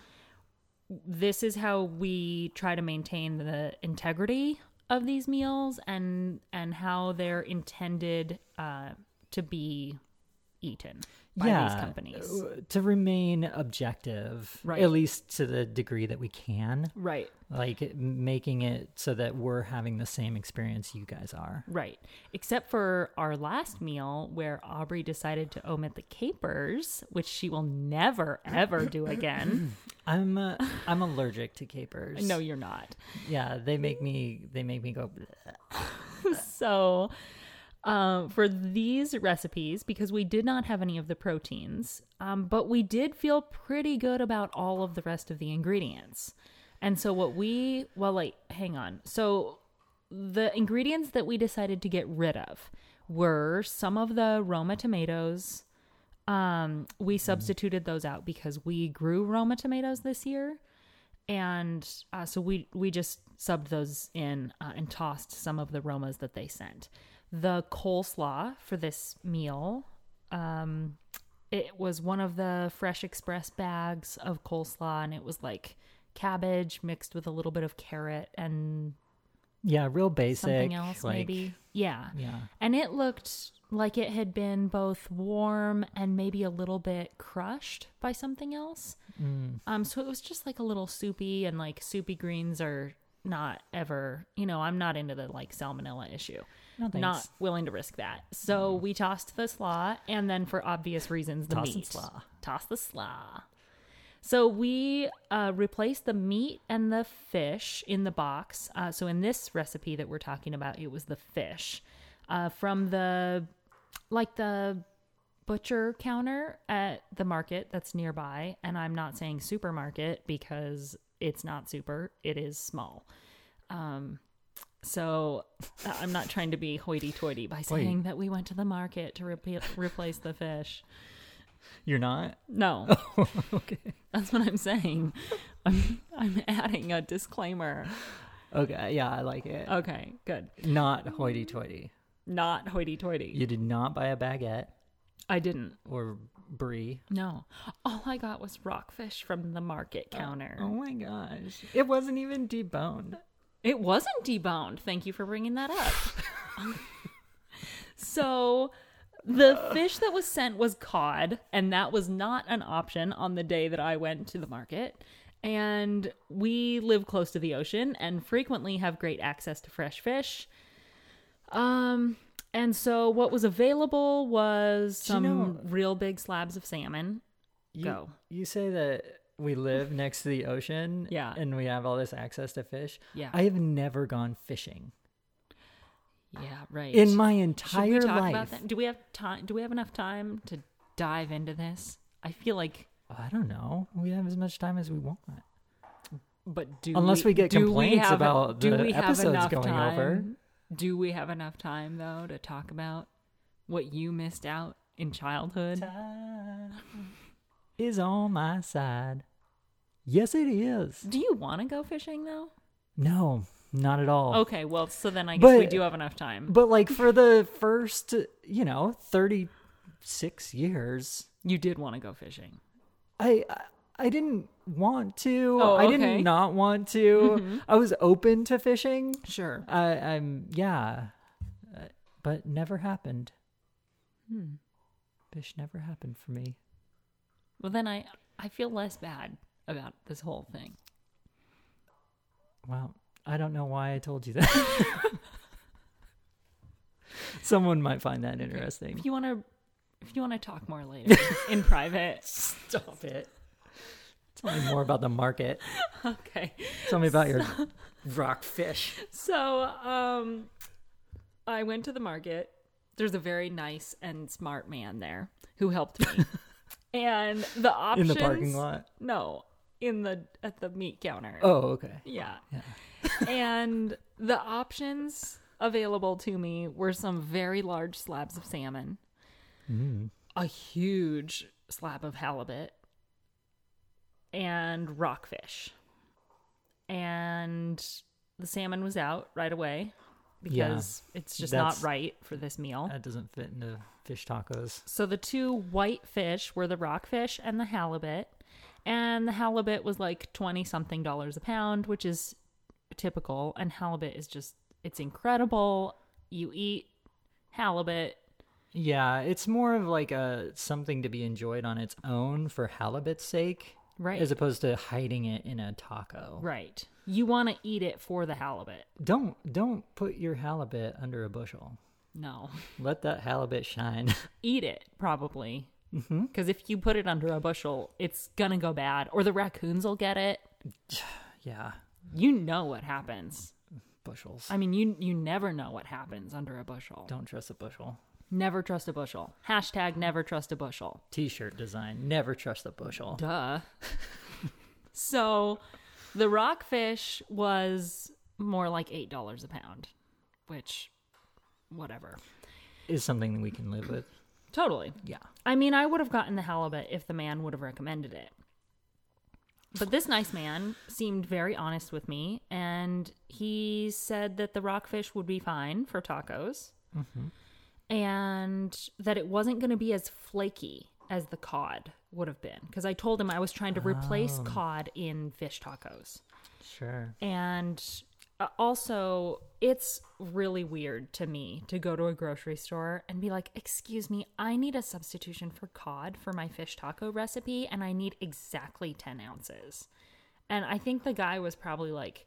A: This is how we try to maintain the integrity of these meals and and how they're intended uh, to be eaten by these companies.
B: w- Uh, To remain objective,
A: Right.
B: at least to the degree that we can,
A: Right.
B: like it- making it so that we're having the same experience you guys are.
A: Right. Except for our last meal where Aubrey decided to omit the capers, which she will never, ever do again.
B: I'm uh, I'm allergic to capers.
A: no, you're not.
B: yeah, they make me they make me go. "Bleh."
A: So, um, for these recipes, because we did not have any of the proteins, um, but we did feel pretty good about all of the rest of the ingredients. And so, what we, well, like, hang on. So, the ingredients that we decided to get rid of were some of the Roma tomatoes. Um, we substituted those out because we grew Roma tomatoes this year and uh, so we we just subbed those in uh, and tossed some of the romas that they sent. The coleslaw for this meal, um, it was one of the Fresh Express bags of coleslaw, and it was like cabbage mixed with a little bit of carrot and
B: Yeah, real basic.
A: something else,
B: like,
A: maybe. Yeah,
B: Yeah,
A: and it looked like it had been both warm and maybe a little bit crushed by something else.
B: Mm.
A: Um, so it was just like a little soupy, and like soupy greens are not ever, you know, I'm not into the like salmonella issue.
B: No, thanks. Mm.
A: not willing to risk that. So we tossed the slaw, and then for obvious reasons, the
B: Toss the
A: meat.
B: slaw.
A: Toss the slaw. So we uh, replaced the meat and the fish in the box. Uh, so in this recipe that we're talking about, it was the fish uh, from the like the butcher counter at the market that's nearby. And I'm not saying supermarket because it's not super; it is small. Um, so uh, I'm not trying to be hoity-toity by saying that we went to the market to repe- replace the fish.
B: you're not.
A: No.
B: okay.
A: That's what I'm saying. I'm, I'm adding a disclaimer.
B: Okay. Yeah, I like it.
A: Okay, good.
B: Oh, Not hoity-toity.
A: Not hoity toity.
B: You did not buy a baguette
A: I didn't.
B: or brie.
A: No. All I got was rockfish from the market counter.
B: Oh my gosh, it wasn't even deboned.
A: It wasn't deboned. Thank you for bringing that up. so The fish that was sent was cod, and that was not an option on the day that I went to the market. And we live close to the ocean and frequently have great access to fresh fish. Um, and so what was available was
B: Do you
A: some
B: know-
A: real big slabs of salmon.
B: You,
A: Go.
B: You say that we live next to the ocean,
A: Yeah.
B: and we have all this access to fish.
A: Yeah.
B: I have never gone fishing
A: yeah, right.
B: in my
A: Should
B: entire
A: we talk
B: life.
A: about that? Do we have time? Do we have enough time to dive into this? I feel like,
B: I don't know. We have as much time as we want,
A: but do
B: unless we, get
A: do
B: complaints
A: have,
B: about
A: do
B: the
A: we have
B: episodes
A: enough
B: going
A: time,
B: over.
A: Do we have enough time though to talk about what you missed out in childhood?
B: Time is on my side. Yes, it is.
A: Do you want to go fishing though?
B: No, not at all.
A: Okay, well, so then I guess we
B: But-
A: do have enough time.
B: But like for the first, you know, thirty-six years,
A: You did want to go fishing.
B: I I- I didn't want to.
A: Oh,
B: I
A: okay.
B: didn't not want to. I was open to fishing.
A: Sure.
B: I, I'm yeah, Uh, but never happened. Fish never happened for me.
A: Well, then I I feel less bad about this whole thing.
B: Wow, I don't know why I told you that. Someone might find that interesting.
A: If you want to, if you want to talk more later in private,
B: Stop it. Tell me more about the market.
A: okay.
B: Tell me about your rock fish.
A: So, um, I went to the market. There's a very nice and smart man there who helped me. and the
B: in
A: options
B: the parking lot.
A: No, in the at the meat counter.
B: Oh, okay.
A: Yeah. and the options available to me were some very large slabs of salmon, a huge slab of halibut, and rockfish. And the salmon was out right away because it's just
B: That's-
A: not right for this meal.
B: That doesn't fit into fish tacos.
A: So the two white fish were the rockfish and the halibut. And the halibut was like 20 something dollars a pound, which is typical. And halibut is just, it's incredible. You eat halibut.
B: Yeah, it's more of like a something to be enjoyed on its own for halibut's sake,
A: Right.
B: As opposed to hiding it in a taco.
A: Right. You want to eat it for the halibut.
B: Don't don't put your halibut under a bushel.
A: No.
B: Let that halibut shine.
A: Eat it, probably. Because if you put it under a bushel, it's going to go bad. Or the raccoons will get it.
B: yeah,
A: You know what happens.
B: bushels.
A: I mean, you you never know what happens under a bushel.
B: don't trust a bushel.
A: Never trust a bushel. Hashtag never trust a bushel.
B: T-shirt design. Never trust a bushel.
A: Duh. so the rockfish was more like $8 a pound, which, whatever.
B: Is something that we can live with.
A: Totally.
B: Yeah.
A: I mean, I would have gotten the halibut if the man would have recommended it. But this nice man seemed very honest with me, and he said that the rockfish would be fine for tacos and that it wasn't going to be as flaky as the cod would have been. Because I told him I was trying to replace cod in fish tacos.
B: Sure.
A: And uh, also, it's really weird to me to go to a grocery store and be like, Excuse me, I need a substitution for cod for my fish taco recipe, and I need exactly 10 ounces. And I think the guy was probably like,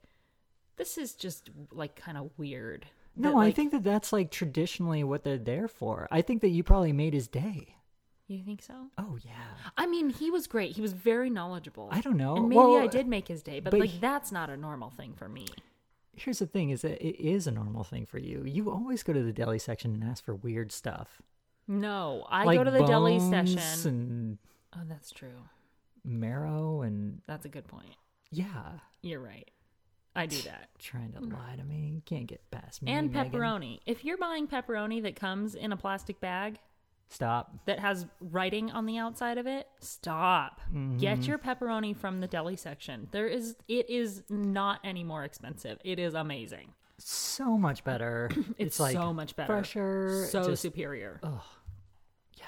A: This is just like kind of weird.
B: No,
A: That, like-
B: I think that that's like traditionally what they're there for. I think that you probably made his day.
A: You think so?
B: Oh yeah.
A: I mean, he was great. He was very knowledgeable.
B: I don't know.
A: And maybe
B: Well,
A: I did make his day, but,
B: but
A: like,
B: he-
A: that's not a normal thing for me.
B: Here's the thing is that it is a normal thing for you. You always go to the deli section and ask for weird stuff.
A: No, I
B: Like
A: go to the deli
B: bones
A: session.
B: and
A: Oh, that's true.
B: marrow and
A: That's a good point.
B: yeah,
A: You're right. I do that.
B: trying to lie to me. You Can't get past me.
A: Mm. And
B: Megan.
A: pepperoni. If you're buying pepperoni that comes in a plastic bag
B: Stop.
A: that has writing on the outside of it, stop.
B: Mm-hmm.
A: Get your pepperoni from the deli section. There is it is not any more expensive. It is amazing.
B: So much better. it's,
A: It's,
B: like
A: so much better.
B: fresher.
A: So
B: just-
A: superior.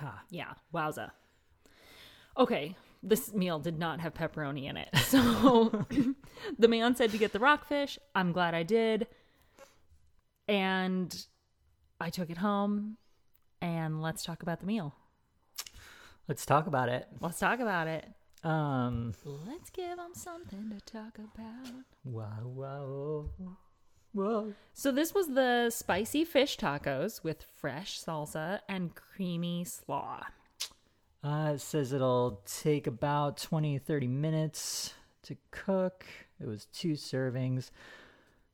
B: yeah.
A: Yeah. Wowza. Okay. This meal did not have pepperoni in it. So the man said to get the rockfish. I'm glad I did. And I took it home and let's talk about the meal.
B: Let's talk about it.
A: Let's talk about it.
B: Um,
A: Let's give them something to talk about.
B: wow, wow, wow.
A: So this was the spicy fish tacos with fresh salsa and creamy slaw.
B: Uh, it says it'll take about 20, 30 minutes to cook. It was two servings.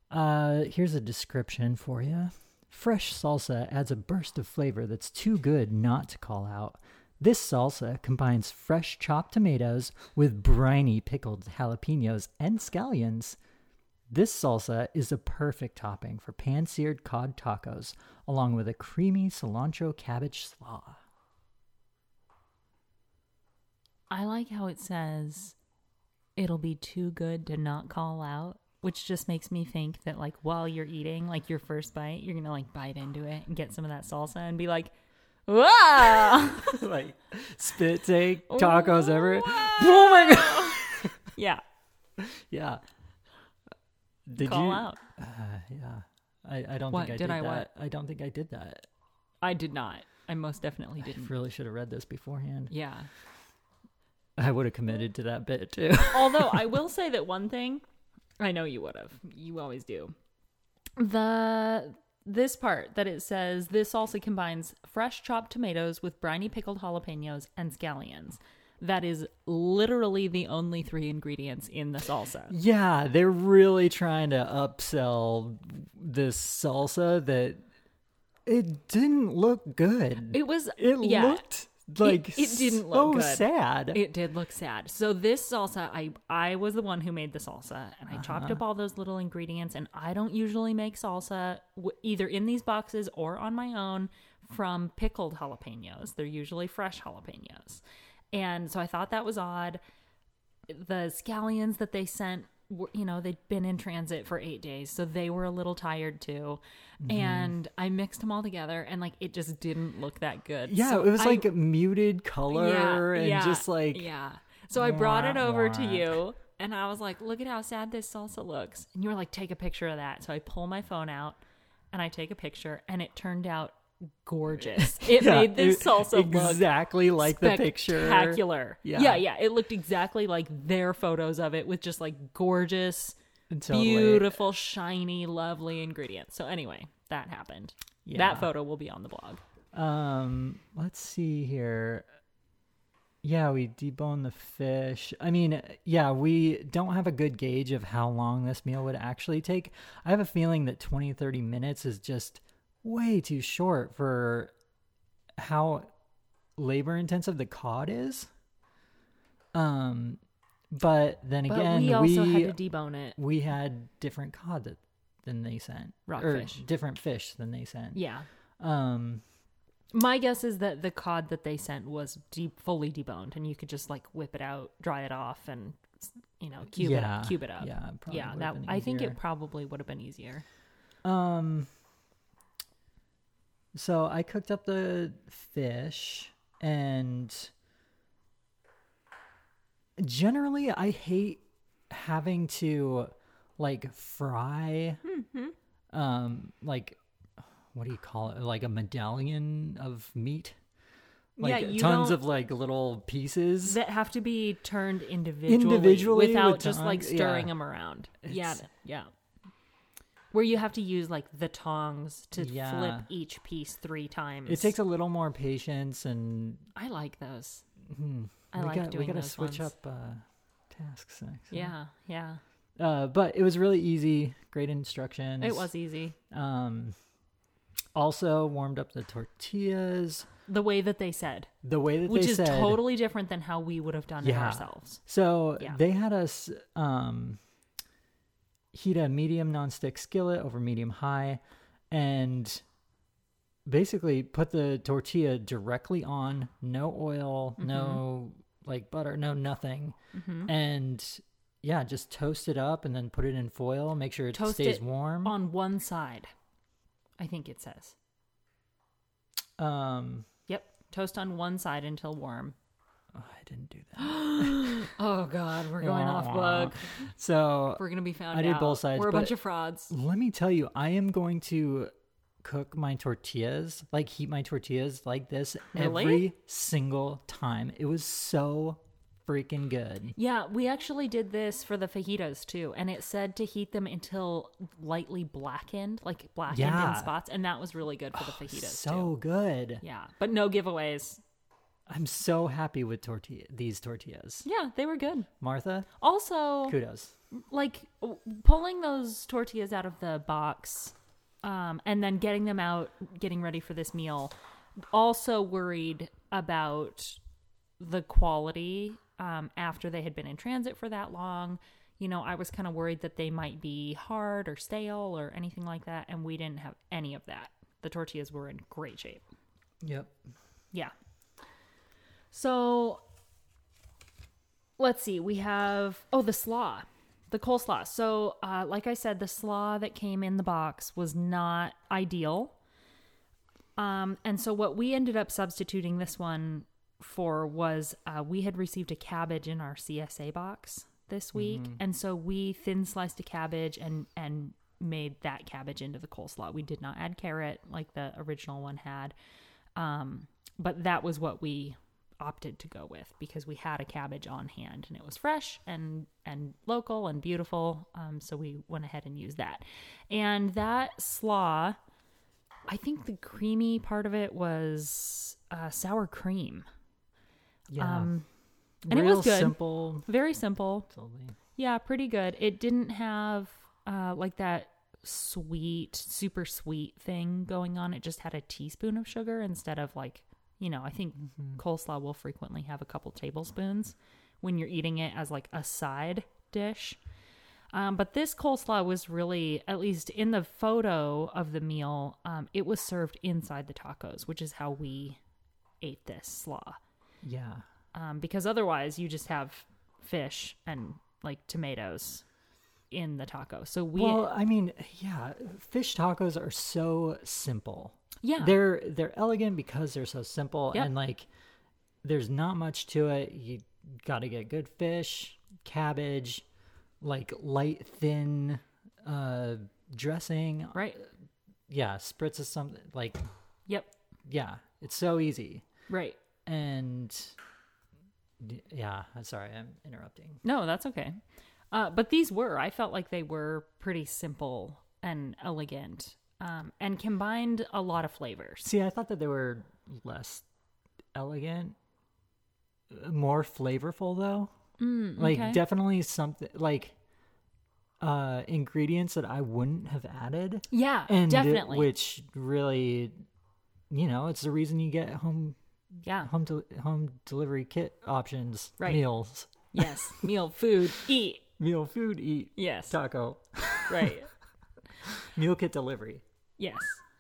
B: Uh, here's a description for you. Fresh salsa adds a burst of flavor that's too good not to call out. This salsa combines fresh chopped tomatoes with briny pickled jalapenos and scallions. This salsa is a perfect topping for pan seared cod tacos, along with a creamy cilantro cabbage slaw.
A: I like how it says it'll be too good to not call out, which just makes me think that like while you're eating, like your first bite, you're gonna like bite into it and get some of that salsa and be like, Whoa
B: like spit take tacos everywhere. Oh my god!
A: Yeah.
B: Yeah. Did
A: Call
B: you?
A: out.
B: Uh, yeah. I, I don't
A: What
B: think I
A: did
B: did,
A: I
B: that.
A: what?
B: I don't think I did that.
A: I did not. I most definitely
B: I
A: didn't.
B: really should have read this beforehand.
A: Yeah.
B: I would have committed to that bit too.
A: Although I will say that one thing, I know you would have. You always do. The this part that it says this also combines fresh chopped tomatoes with briny pickled jalapenos and scallions. That is literally the only three ingredients in the salsa.
B: yeah, they're really trying to upsell this salsa that it didn't look good.
A: It was
B: It
A: yeah,
B: looked like
A: it didn't
B: so
A: look good.
B: sad.
A: It did look sad. So this salsa, I I was the one who made the salsa, and I
B: Uh-huh.
A: chopped up all those little ingredients. And I don't usually make salsa w- either in these boxes or on my own from pickled jalapenos. They're usually fresh jalapenos, and so I thought that was odd. The scallions that they sent, were, you know, they'd been in transit for eight days, so they were a little tired too.
B: Mm-hmm.
A: And I mixed them all together, and like it just didn't look that good.
B: yeah,
A: So
B: it was
A: I-
B: like muted color and just like
A: yeah. So I brought it
B: Wah,
A: over to
B: wah.
A: you and I was like, look at how sad this salsa looks. And you were like, take a picture of that. So I pull my phone out and I take a picture and it turned out gorgeous. It
B: Yeah,
A: made this
B: it-
A: salsa look
B: exactly like the picture.
A: spectacular.
B: Yeah.
A: yeah, yeah. It looked exactly like their photos of it with just like gorgeous,
B: Totally.
A: beautiful, shiny, lovely ingredients. So anyway, that happened.
B: Yeah.
A: That photo will be on the blog.
B: Um, let's see here. Yeah, we debone the fish. I mean, yeah, we don't have a good gauge of how long this meal would actually take. I have a feeling that 20, 30 minutes is just way too short for how labor intensive the cod is. Um, but then
A: But
B: again,
A: we also had to debone it.
B: we had different cod that, than they sent
A: Rockfish.
B: or different fish than they sent
A: Yeah.
B: um
A: My guess is that the cod that they sent was deep, fully deboned, and you could just like whip it out, dry it off, and you know, cube it
B: Yeah,
A: up, cube it up.
B: yeah, it probably
A: yeah.
B: would've
A: That
B: been
A: I think
B: easier.
A: it probably would have been easier.
B: um so i cooked up the fish and generally i hate having to like fry
A: Mm-hmm.
B: um like what do you call it like a medallion of meat like
A: you
B: tons
A: don't-
B: of like little pieces
A: That have to be turned individually,
B: Individually
A: without
B: with
A: just like
B: tongs, yeah.
A: stirring them around. yeah,
B: It's-
A: yeah. Where you have to use like the tongs to
B: Yeah.
A: flip each piece three times.
B: it takes a little more patience and
A: I like those.
B: Hmm.
A: I
B: we
A: like
B: got,
A: doing
B: We gotta
A: those
B: switch
A: ones.
B: up uh, tasks next.
A: Yeah, yeah.
B: Uh, but it was really easy. Great instructions.
A: It was e- easy.
B: Um, also warmed up the tortillas
A: The way that they said.
B: the way that
A: which
B: they
A: is
B: said.
A: totally different than how we would have done it
B: Yeah.
A: ourselves.
B: So
A: Yeah.
B: they had us um, heat a medium nonstick skillet over medium high, and basically put the tortilla directly on. No oil, no
A: Mm-hmm.
B: like butter, no nothing, and yeah, just toast it up and then put it in foil. Make sure it
A: Toast
B: stays
A: it
B: warm.
A: On one side, I think it says.
B: um,
A: Yep, toast on one side until warm.
B: oh, I didn't do that.
A: Oh God, we're going off
B: Wah.
A: blog.
B: So
A: We're gonna be found.
B: I did
A: out.
B: both sides,
A: We're a bunch
B: but-
A: of frauds.
B: Let me tell you, I am going to cook my tortillas, like heat my tortillas like this
A: Really?
B: every single time. It was so freaking good.
A: Yeah, we actually did this for the fajitas too, and it said to heat them until lightly blackened, like blackened
B: Yeah. Oh,
A: in spots, and that was really good for the fajitas too.
B: so good.
A: Yeah, but no giveaways.
B: I'm so happy with tortilla these tortillas.
A: Yeah, they were good.
B: Martha,
A: Also,
B: kudos.
A: like w- pulling those tortillas out of the box um, and then getting them out, getting ready for this meal. Also worried about the quality um, after they had been in transit for that long. You know, I was kind of worried that they might be hard or stale or anything like that, and we didn't have any of that. The tortillas were in great shape.
B: Yep.
A: Yeah. So let's see. We have oh the slaw, the coleslaw. So uh, like I said, the slaw that came in the box was not ideal. Um, and so what we ended up substituting this one for was uh, we had received a cabbage in our CSA box this week, and so we thin sliced a cabbage and and made that cabbage into the coleslaw. We did not add carrot like the original one had, um, but that was what we opted to go with because we had a cabbage on hand and it was fresh and and local and beautiful. Um, so we went ahead and used that, and that slaw. I think the creamy part of it was uh, sour cream.
B: Yeah.
A: Um, and it was
B: Real
A: good.
B: simple.
A: Very simple. Yeah, pretty good. It didn't have uh, like that sweet, super sweet thing going on. It just had a teaspoon of sugar instead of like, you know, I think coleslaw will frequently have a couple tablespoons when you're eating it as like a side dish. Um, but this coleslaw was really, at least in the photo of the meal, um, it was served inside the tacos, which is how we ate this slaw
B: Yeah.
A: um, because otherwise you just have fish and like tomatoes in the taco. So we,
B: Well, I mean, yeah, fish tacos are so simple.
A: yeah,
B: They're they're elegant because they're so simple
A: Yep.
B: and like there's not much to it. You got to get good fish, cabbage, like light thin uh dressing.
A: right,
B: Yeah, spritz of something like
A: yep,
B: yeah, it's so easy.
A: right.
B: And d- yeah, I'm sorry, I'm interrupting.
A: No, that's okay. Uh, but these were, I felt like they were pretty simple and elegant, um, and combined a lot of flavors.
B: See, I thought that they were less elegant, more flavorful though.
A: Mm,
B: like
A: okay.
B: definitely something like uh ingredients that I wouldn't have added
A: yeah,
B: and
A: definitely,
B: which really you know, it's the reason you get home
A: yeah,
B: home del home delivery kit options,
A: Right.
B: meals,
A: yes, meal, food, eat,
B: meal food eat
A: yes,
B: taco,
A: right,
B: meal kit delivery.
A: yes,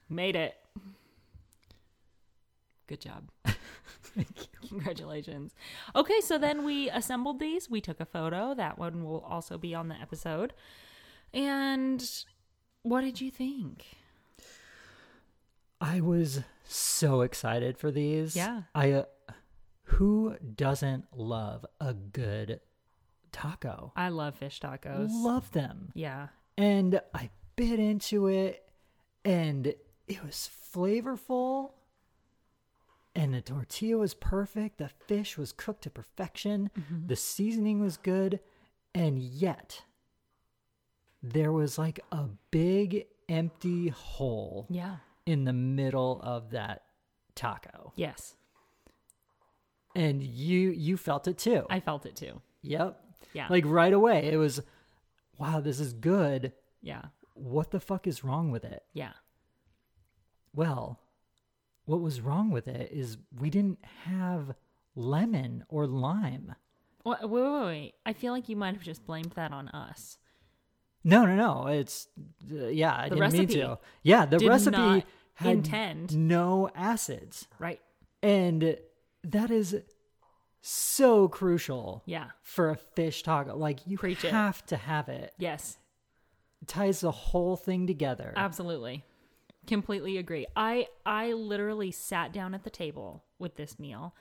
A: made it. Good job. Congratulations. Okay, so then we assembled these. We took a photo. That one will also be on the episode. And what did you think?
B: I was so excited for these.
A: Yeah.
B: I uh, who doesn't love a good taco?
A: I love fish tacos.
B: Love them.
A: yeah.
B: and I bit into it, and it was flavorful. And the tortilla was perfect. The fish was cooked to perfection. The seasoning was good. And yet, there was like a big empty hole
A: Yeah.
B: in the middle of that taco.
A: Yes.
B: And you you felt it too.
A: I felt it too.
B: yep.
A: Yeah.
B: Like right away, it was, wow, this is good.
A: yeah.
B: What the fuck is wrong with it?
A: Yeah.
B: Well, what was wrong with it is we didn't have lemon or lime.
A: Wait, wait, wait, wait. I feel like you might have just blamed that on us.
B: No, no, no. It's uh, yeah, I
A: The
B: didn't mean
A: recipe
B: to. Yeah, the
A: did
B: recipe
A: not
B: had
A: intend.
B: no acids,
A: Right.
B: and that is so crucial
A: Yeah.
B: for a fish taco. Like you
A: Preach it.
B: have to have it.
A: Yes.
B: It ties the whole thing together.
A: Uh, Absolutely. Completely agree. I I literally sat down at the table with this meal.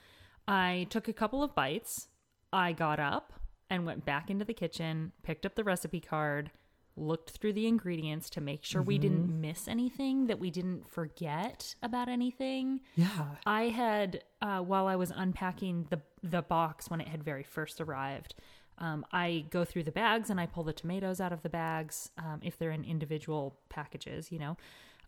A: I took a couple of bites. I got up and went back into the kitchen, picked up the recipe card, looked through the ingredients to make sure we didn't miss anything, that we didn't forget about anything.
B: Yeah.
A: I had uh, while I was unpacking the the box when it had very first arrived. Um, I go through the bags and I pull the tomatoes out of the bags um, if they're in individual packages, you know,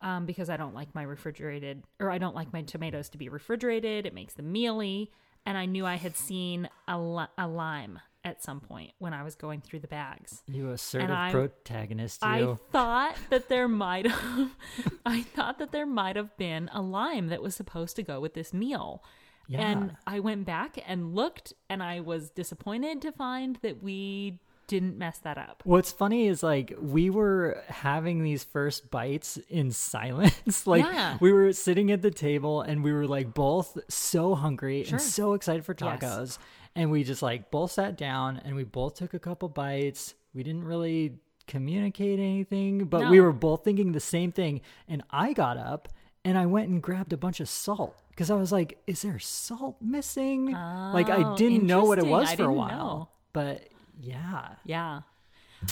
A: um, because I don't like my refrigerated or I don't like my tomatoes to be refrigerated. It makes them mealy. And I knew I had seen a, li- a lime at some point when I was going through the bags.
B: You assertive
A: And I-
B: protagonist,
A: I
B: you.
A: thought that there might have I thought that there might have been a lime that was supposed to go with this meal.
B: Yeah.
A: And I went back and looked and I was disappointed to find that we didn't mess that up.
B: What's funny is like we were having these first bites in silence. like
A: Yeah.
B: we were sitting at the table and we were like both so hungry and so excited for
A: Yes.
B: tacos. And we just like both sat down and we both took a couple bites. We didn't really communicate anything, but we
A: No.
B: were both thinking the same thing. And I got up and I went and grabbed a bunch of salt because I was like, is there salt missing? like I
A: Oh,
B: didn't know what it
A: interesting.
B: was
A: I
B: for a
A: didn't
B: while.
A: know.
B: But yeah.
A: Yeah.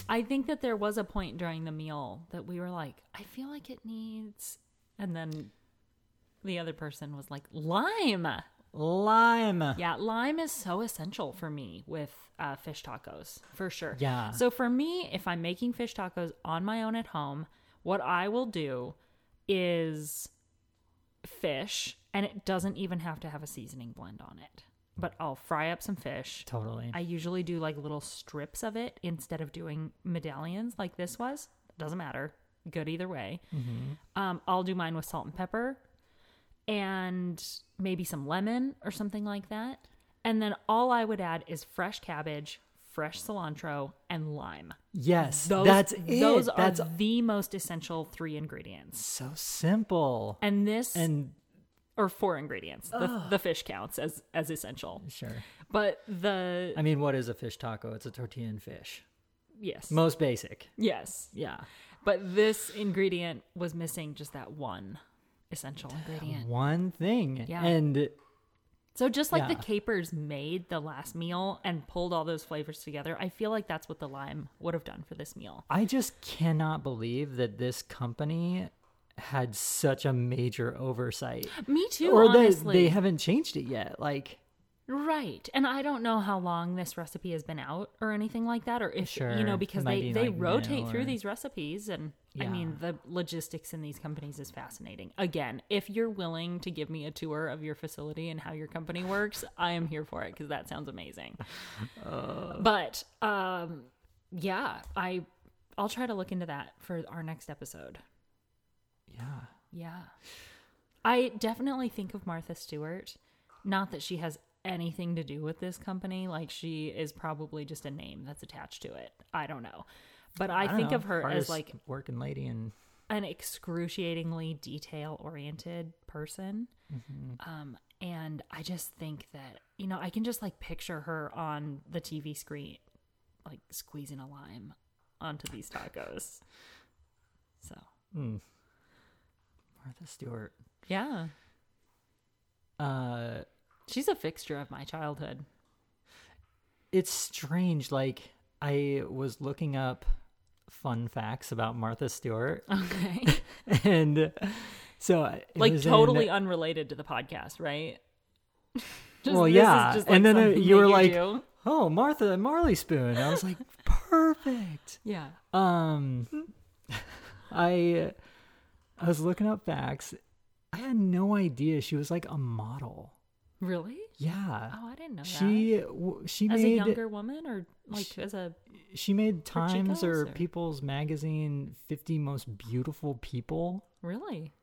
A: I think that there was a point during the meal that we were like, I feel like it needs and then the other person was like, lime.
B: Lime.
A: Yeah, lime is so essential for me with uh, fish tacos, for sure.
B: Yeah.
A: So for me, if I'm making fish tacos on my own at home, what I will do is fish, and it doesn't even have to have a seasoning blend on it. But I'll fry up some fish.
B: Totally.
A: I usually do like little strips of it instead of doing medallions like this was. Doesn't matter. Good either way.
B: Mm-hmm.
A: Um, I'll do mine with salt and pepper and maybe some lemon or something like that. And then all I would add is fresh cabbage, fresh cilantro, and lime.
B: yes.
A: Those,
B: that's it.
A: Those are
B: that's
A: the most essential three ingredients.
B: so simple.
A: And this,
B: And
A: or four ingredients. The, the fish counts as as essential,
B: sure.
A: but the
B: I mean, what is a fish taco? It's a tortilla and fish.
A: yes,
B: Most basic.
A: yes,
B: Yeah.
A: But this ingredient was missing just that one essential ingredient.
B: One thing.
A: Yeah.
B: And
A: So just like the
B: Yeah.
A: capers made the last meal and pulled all those flavors together, I feel like that's what the lime would have done for this meal.
B: I just cannot believe that this company had such a major oversight.
A: Me too,
B: or that
A: honestly.
B: they haven't changed it yet. Like,
A: right. And I don't know how long this recipe has been out or anything like that or if
B: Sure.
A: you know
B: It
A: because
B: might
A: they
B: be,
A: they
B: like, new
A: rotate
B: or-
A: through these recipes and I
B: Yeah.
A: mean the logistics in these companies is fascinating. Again, if you're willing to give me a tour of your facility and how your company works, I am here for it because that sounds amazing.
B: Uh.
A: but um yeah i i'll try to look into that for our next episode
B: yeah.
A: yeah i definitely think of martha stewart not that she has anything to do with this company like she is probably just a name that's attached to it i don't know but i,
B: don't
A: think
B: know.
A: of her
B: Hardest
A: as like
B: working lady and
A: an excruciatingly detail oriented person. Um, and I just think that, you know, I can just like picture her on the TV screen, like squeezing a lime onto these tacos. So,
B: Martha Stewart.
A: yeah,
B: Uh,
A: she's a fixture of my childhood.
B: it's strange like i was looking up fun facts about martha stewart
A: Okay.
B: and so it
A: like
B: was in-
A: totally unrelated to the podcast, right? Just-
B: well
A: this is
B: yeah
A: just,
B: and then uh,
A: something
B: you
A: that
B: were like
A: do.
B: oh martha and marley spoon i was like perfect
A: yeah.
B: um i i was looking up facts i had no idea she was like a model
A: Really?
B: yeah
A: Oh, I didn't know
B: she w- she
A: that. As a
B: made
A: younger woman or like as a
B: she made times
A: goes,
B: or,
A: or-
B: people's magazine 50 most beautiful people
A: really?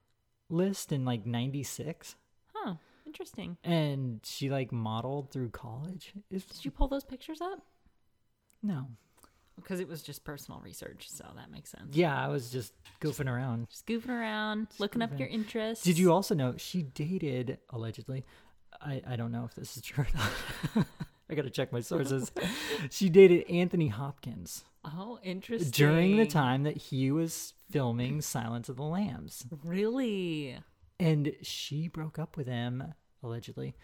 B: list in like 96
A: Huh. Interesting.
B: and she like modeled through college it's
A: Did you pull those pictures up?
B: no
A: Because it was just personal research, so that makes sense.
B: yeah i was just goofing around
A: Just goofing around, looking up your interests.
B: did you also know she dated allegedly i, I don't know if this is true or not i gotta check my sources she dated anthony hopkins
A: Oh, interesting.
B: during the time that he was filming silence of the lambs
A: Really?
B: and she broke up with him allegedly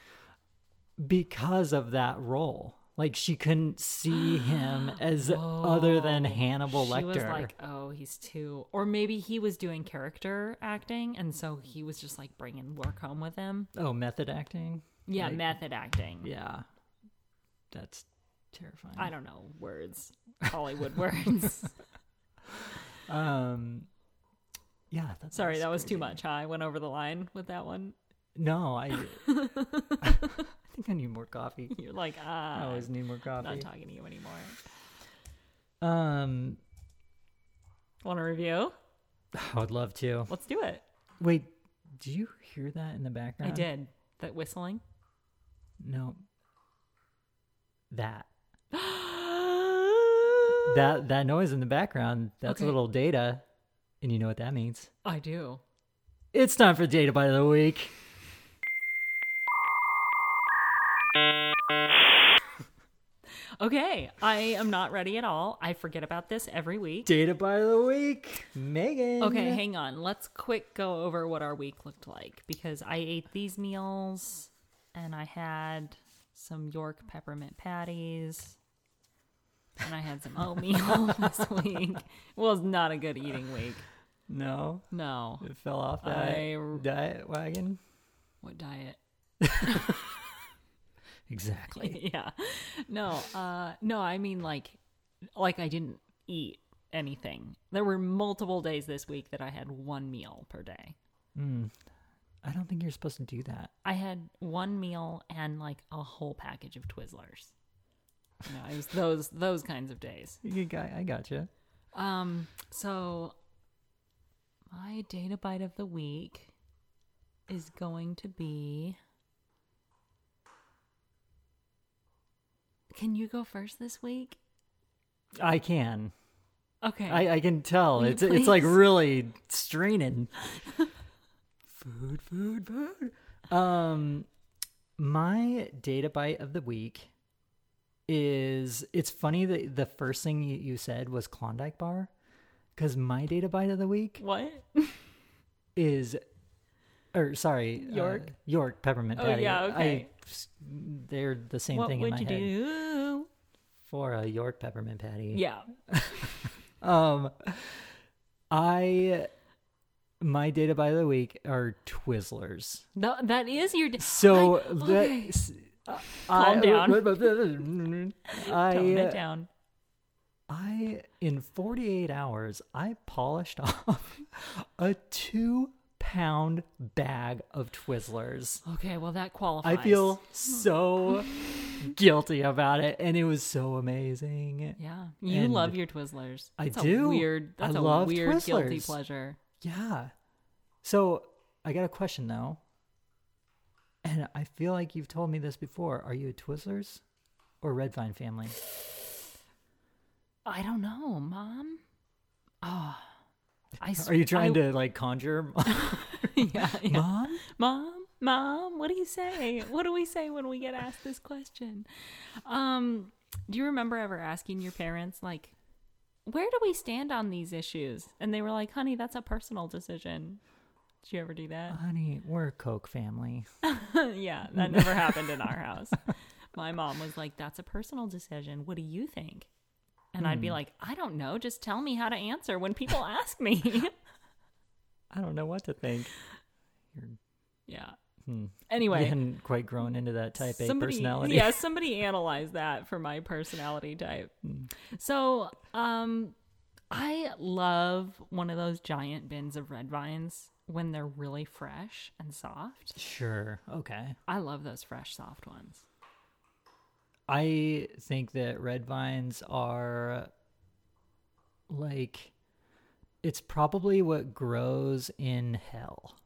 B: because of that role Like she couldn't see him as other than Hannibal
A: she
B: Lecter.
A: was like, "Oh, he's too," or maybe he was doing character acting, and so he was just like bringing work home with him.
B: oh, method acting?
A: Yeah,
B: Like-
A: method acting.
B: Yeah. That's terrifying.
A: I don't know words, Hollywood words.
B: Um Yeah, that's
A: Sorry, that was too much. Huh? I went over the line with that one.
B: No, I I think I need more coffee.
A: You're like,
B: I
A: ah,
B: always need more
A: not
B: coffee.
A: talking to you anymore.
B: Um
A: Want to review?
B: I would love to.
A: Let's do it.
B: Wait, do you hear that in the
A: I
B: background?
A: did that whistling.
B: No. That. That that noise in the background, that's
A: Okay.
B: a little data. And you know what that means.
A: I do.
B: It's time for data by the week.
A: Okay, I am not ready at all. I forget about this every week.
B: Data by the week. Megan.
A: Okay, hang on. Let's quick go over what our week looked like because I ate these meals and I had some York peppermint patties and I had some oatmeal this week. Well, it's not a good eating week.
B: No.
A: No.
B: It fell off that
A: I-
B: diet wagon.
A: What diet?
B: Exactly.
A: yeah. No, uh no, I mean like like I didn't eat anything. There were multiple days this week that I had one meal per day.
B: Hmm. I don't think you're supposed to do that.
A: I had one meal and like a whole package of Twizzlers. You know, it was those those kinds of days.
B: You good guy. I gotcha.
A: Um, so my data bite of the week is going to be. Can you go first this week?
B: I can.
A: Okay.
B: I, I can tell.
A: Will you
B: It's it's like
A: please?
B: really straining. food, food, food. Um, my data bite of the week is it's funny that the first thing you, you said was Klondike bar because my data bite of the week
A: what?
B: is or sorry uh,
A: York?
B: york peppermint
A: Oh,
B: patty.
A: yeah,
B: I-
A: okay.
B: they're the same
A: What
B: thing in
A: would
B: my
A: you
B: head
A: do?
B: for a york peppermint patty
A: Yeah.
B: um i my data by the week are twizzlers
A: No, that is your. Da-
B: so
A: I-
B: that
A: okay.
B: s-
A: Calm
B: I-
A: down.
B: I,
A: Tone it down.
B: I in 48 hours I polished off a 2 pound bag of Twizzlers.
A: Okay, well that qualifies.
B: I feel so guilty about it, and it was so amazing.
A: Yeah, you
B: And
A: love your Twizzlers.
B: I
A: That's A
B: do.
A: weird.
B: I
A: That's a
B: love
A: weird guilty
B: Twizzlers.
A: pleasure.
B: Yeah. So I got a question though, and I feel like you've told me this before. Are you a Twizzlers or Red Vine family?
A: I don't know, Mom. Oh, I.
B: Are you trying
A: I,
B: to like conjure,
A: Yeah, yeah.
B: mom?
A: Mom, Mom, what do you say? What do we say when we get asked this question? Um, do you remember ever asking your parents like? Where do we stand on these issues? And they were like, "Honey, that's a personal decision." Did you ever do that?
B: Honey, we're a Coke family.
A: yeah, that
B: Mm.
A: never happened in our house. My mom was like, "That's a personal decision. What do you think?" And I'd be
B: Hmm.
A: like, "I don't know. Just tell me how to answer when people ask me."
B: I don't know what to think. You're,
A: yeah.
B: hmm. you
A: Anyway,
B: hadn't quite grown into that type A
A: somebody,
B: personality.
A: Yeah, somebody analyzed that for my personality type.
B: Hmm.
A: So, um, I love one of those giant bins of red vines when they're really fresh and soft.
B: Sure. Okay.
A: I love those fresh, soft ones.
B: I think that red vines are like it's probably what grows in hell.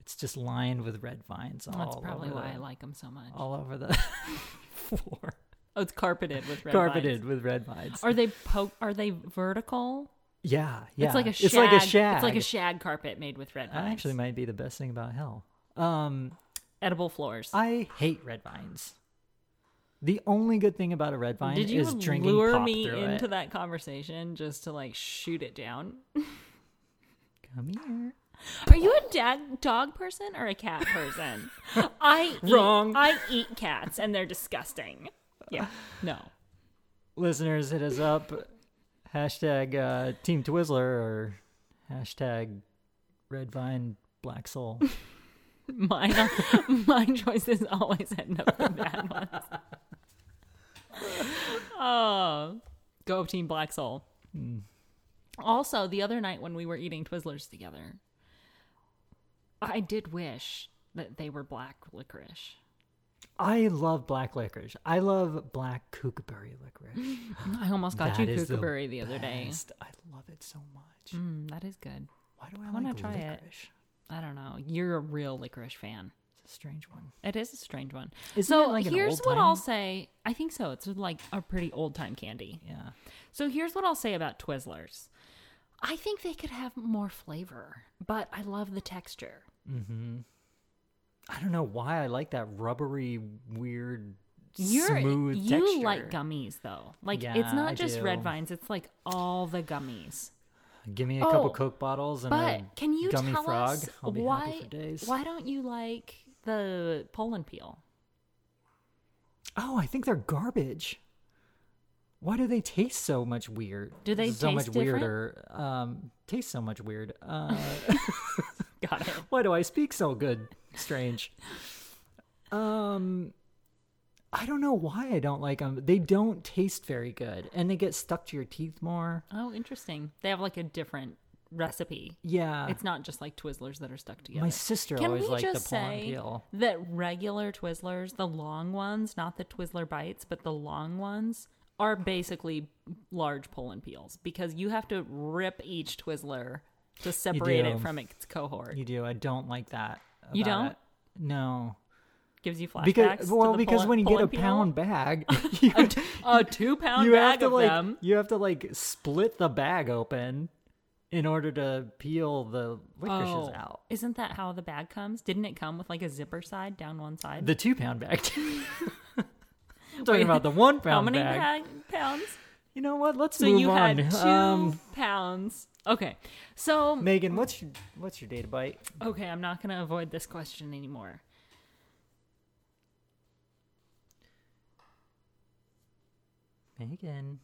B: It's just lined with red vines all
A: That's probably
B: over
A: why
B: the,
A: I like them so much.
B: all over the floor.
A: Oh, it's carpeted with red
B: Carpeted
A: vines.
B: with red vines.
A: Are they po- Are they vertical?
B: yeah, yeah.
A: It's like a shag.
B: It's like a shag.
A: It's like a shag carpet made with red
B: that
A: vines.
B: actually might be the best thing about hell. Um
A: edible floors.
B: I hate red vines. The only good thing about a red vine
A: Did you
B: is drinking
A: lure
B: pop
A: me
B: through
A: into
B: it.
A: that conversation just to like shoot it down?
B: Come here.
A: Are you a dag- dog person or a cat person? I eat,
B: Wrong.
A: I eat cats and they're disgusting. Yeah. No.
B: Listeners, hit us up. Hashtag uh, Team Twizzler or hashtag Red Vine Black Soul.
A: Mine, my choices always end up the bad ones. Oh, go Team Black Soul.
B: Hmm.
A: Also, the other night when we were eating Twizzlers together, I did wish that they were black licorice.
B: I love black licorice. I love black kookaburra licorice.
A: I almost got
B: That
A: you
B: is the
A: kookaburra the other day.
B: best. I love it so much.
A: Mm, that is good.
B: Why do I,
A: wanna
B: like
A: try it.
B: licorice?
A: I don't know. You're a real licorice fan.
B: It's a strange one.
A: It is a strange one.
B: Isn't
A: so
B: it like an
A: here's
B: old
A: what
B: time-
A: I'll say. I think so. It's like a pretty old time candy.
B: Yeah.
A: So here's what I'll say about Twizzlers. I think they could have more flavor, but I love the texture.
B: I don't know why I like that rubbery, weird,
A: You're,
B: smooth
A: you
B: texture.
A: like gummies though. Like it's
B: Yeah,
A: not
B: I
A: just red
B: do.
A: vines, it's like all the gummies.
B: Give me a couple
A: Oh,
B: Coke bottles and a
A: But can you
B: gummy
A: tell
B: frog.
A: us
B: I'll be
A: why
B: happy for days.
A: why don't you like the Poland peel?
B: Oh, I think they're garbage. Why do they taste so much weird?
A: Do they
B: so much
A: taste different?
B: weirder? Um, taste so much weird. Uh,
A: Got it.
B: why do I speak so good? Strange. Um, I don't know why I don't like them. They don't taste very good, and they get stuck to your teeth more.
A: Oh, interesting. They have like a different recipe.
B: Yeah,
A: It's not just like Twizzlers that are stuck together.
B: Uh. my sister
A: Can
B: always
A: we
B: liked the
A: just
B: Poland
A: say
B: peel.
A: that regular Twizzlers, the long ones, not the Twizzler bites, but the long ones, are basically large Poland peels because you have to rip each Twizzler to separate it
B: do.
A: from its cohort.
B: You do. I don't like that.
A: You
B: about
A: don't?
B: it. No,
A: Gives you flashbacks.
B: because
A: to
B: well,
A: the
B: because
A: Poland-
B: when you get a
A: Poland peel.
B: pound bag, you
A: a, t- a two pound
B: you
A: bag
B: have to
A: of
B: like
A: them.
B: you have to like split the bag open in order to peel the licorices
A: Oh,
B: out.
A: isn't that how the bag comes? Didn't it come with like a zipper side down one side?
B: The two pound bag. I'm talking about the one pound
A: how many
B: bag.
A: pa- pounds?
B: You know what? Let's
A: So
B: move
A: you
B: on.
A: had two
B: Um,
A: pounds. Okay, so
B: Megan, what's your what's your data bite?
A: Okay, I'm not going to avoid this question anymore.
B: Megan,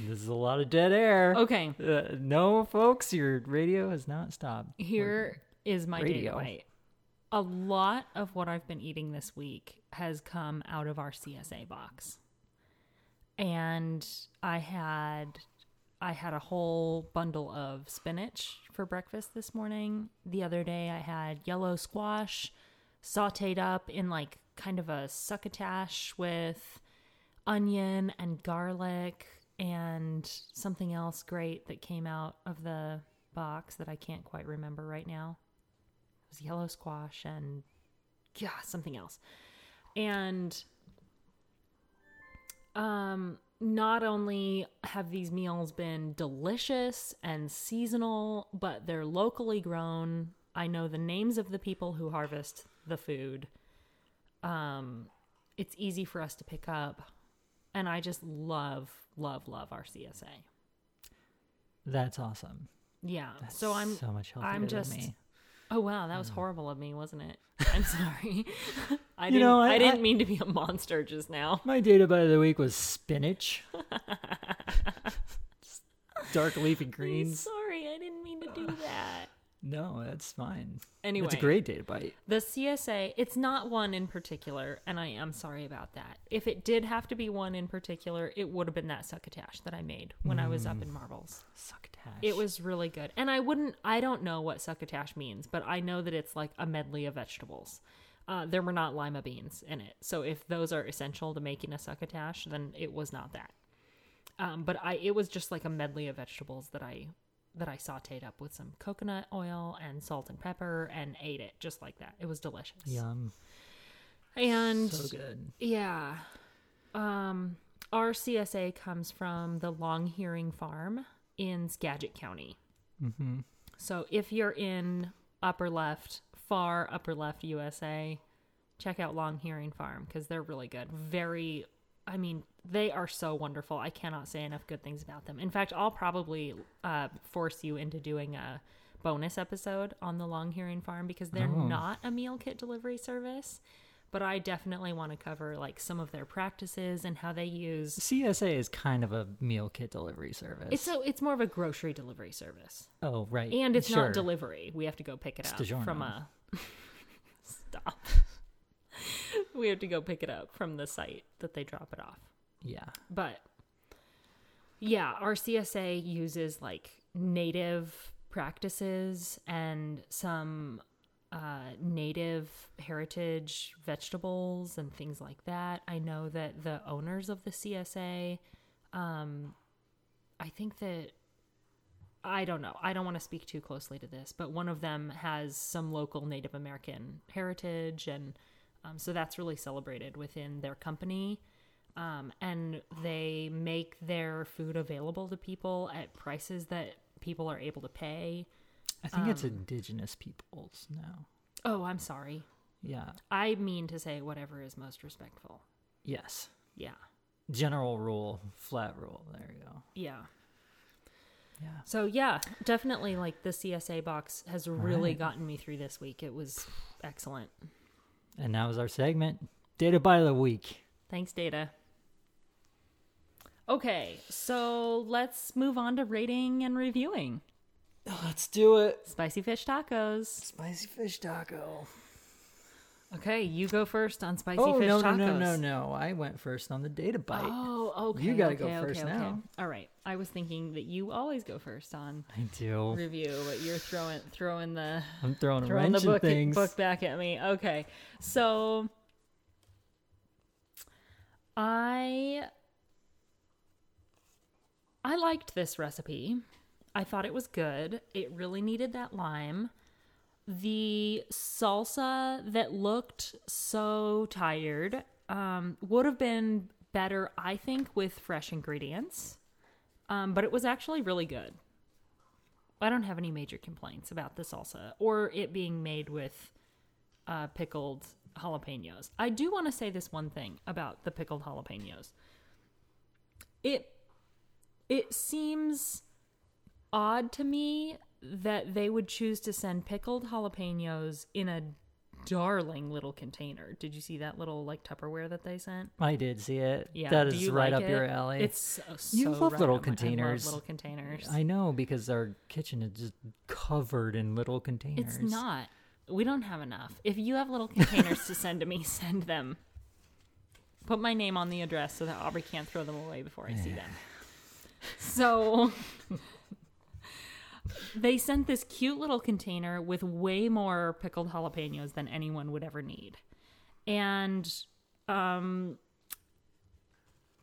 B: this is a lot of dead air.
A: Okay,
B: Uh, no, folks, your radio has not stopped.
A: here is my data
B: Radio.
A: bite. A lot of what I've been eating this week has come out of our CSA box. And I had I had a whole bundle of spinach for breakfast this morning. The other day I had yellow squash sauteed up in like kind of a succotash with onion and garlic and something else great that came out of the box that I can't quite remember right now. It was yellow squash and yeah, something else. And um not only have these meals been delicious and seasonal, but they're locally grown. I know the names of the people who harvest the food. Um it's easy for us to pick up and I just love love love our CSA.
B: That's awesome.
A: Yeah. so I'm
B: so much healthier
A: I'm
B: than
A: just
B: me. Mm.
A: Oh wow, that was horrible of me, wasn't it? I'm sorry. I
B: You
A: didn't
B: know,
A: I,
B: I-
A: didn't
B: I-
A: mean to be a monster just now.
B: My data bite of the week was spinach. Dark leafy
A: I'm
B: greens.
A: sorry, I didn't mean to do that.
B: No, that's fine.
A: Anyway,
B: It's a great data bite.
A: the CSA, it's not one in particular, and I am sorry about that. If it did have to be one in particular, it would have been that succotash that I made when I
B: Mm.
A: was up in Marbles.
B: Succotash.
A: It was really good. And I wouldn't, I don't know what succotash means, but I know that it's like a medley of vegetables. Uh, there were not lima beans in it. So if those are essential to making a succotash, then it was not that. Um, but I, it was just like a medley of vegetables that I, that I sauteed up with some coconut oil and salt and pepper and ate it just like that. It was delicious.
B: yum.
A: And
B: So good.
A: yeah. Um, our CSA comes from the Long Hearing Farm in Skagit County. Mm-hmm. So if you're in upper left, far upper left USA, check out Long Hearing Farm because they're really good. Very, I mean, they are so wonderful. I cannot say enough good things about them. In fact, I'll probably uh, force you into doing a bonus episode on the Long Hearing Farm because they're not a meal kit delivery service, but I definitely want to cover like some of their practices and how they use.
B: CSA is kind of a meal kit delivery service.
A: It's so it's more of a grocery delivery service,
B: oh, right.
A: and it's
B: Sure.
A: not delivery. We have to go pick it
B: It's
A: up
B: DiGiorno.
A: from a stop. we have to go pick it up from the site that they drop it off.
B: Yeah.
A: But yeah, our CSA uses like native practices and some uh, native heritage vegetables and things like that. I know that the owners of the CSA, um, I think that. I don't know. I don't want to speak too closely to this, but one of them has some local Native American heritage, and um, so that's really celebrated within their company um, and they make their food available to people at prices that people are able to pay.
B: I think
A: Um,
B: it's indigenous peoples now.
A: Oh, I'm sorry.
B: Yeah.
A: I mean to say whatever is most respectful.
B: Yes.
A: Yeah.
B: General rule, flat rule. There you go.
A: Yeah.
B: Yeah.
A: So, yeah, definitely like the CSA box has really
B: right.
A: gotten me through this week. It was excellent.
B: And that was our segment. Data by the week.
A: Thanks, Data. Okay, so let's move on to rating and reviewing
B: Oh, Let's do it.
A: spicy fish tacos.
B: Spicy fish taco.
A: Okay, you go first on spicy
B: oh
A: fish
B: no, no
A: tacos.
B: no no no! I went first on the data bite.
A: Oh, okay.
B: You gotta go
A: okay,
B: first
A: okay, okay.
B: now.
A: All right. I was thinking that you always go first on
B: I do.
A: review, but you're throwing throwing the
B: I'm throwing a
A: throwing
B: wrench
A: the
B: in
A: book,
B: things.
A: book back at me. Okay. So I I liked this recipe. I thought it was good. It really needed that lime. The salsa that looked so tired um, would have been better, I think, with fresh ingredients. Um, but it was actually really good. I don't have any major complaints about the salsa or it being made with uh, pickled jalapenos. I do want to say this one thing about the pickled jalapenos. It it seems odd to me that they would choose to send pickled jalapenos in a darling little container. Did you see that little like Tupperware that they sent?
B: I did see it.
A: Yeah,
B: that
A: do
B: is
A: you
B: right
A: like
B: up your
A: it?
B: alley.
A: It's so, so
B: You love
A: right
B: little
A: up my- I love
B: containers.
A: little containers.
B: I know because our kitchen is just covered in little containers.
A: It's not. We don't have enough. If you have little containers to send to me, send them. Put my name on the address so that Aubrey can't throw them away before I see them. So they sent this cute little container with way more pickled jalapenos than anyone would ever need. And um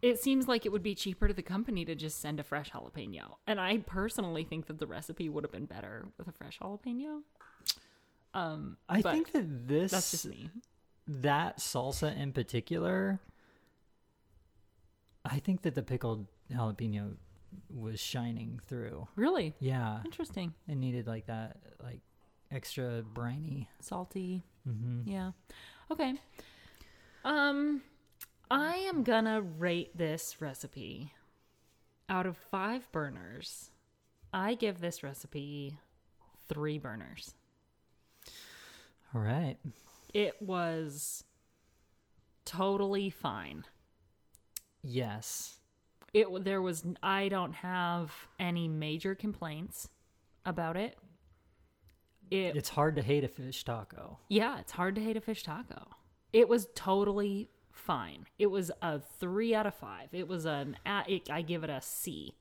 A: it seems like it would be cheaper to the company to just send a fresh jalapeno. And I personally think that the recipe would have been better with a fresh jalapeno. Um
B: I
A: but
B: think that this
A: that's just me.
B: that salsa in particular, I think that the pickled jalapeno was shining through.
A: Really?
B: Yeah,
A: Interesting.
B: it needed like that, like extra briny.
A: Salty. Yeah. Okay. Um I am gonna rate this recipe out of 5 burners. I give this recipe 3 burners.
B: All right,
A: It was totally fine.
B: yes,
A: it w- there was i don't have any major complaints about it it
B: it's hard to hate a fish taco.
A: yeah it's hard to hate a fish taco it was totally fine it was a three out of five it was an a- it, i give it a C.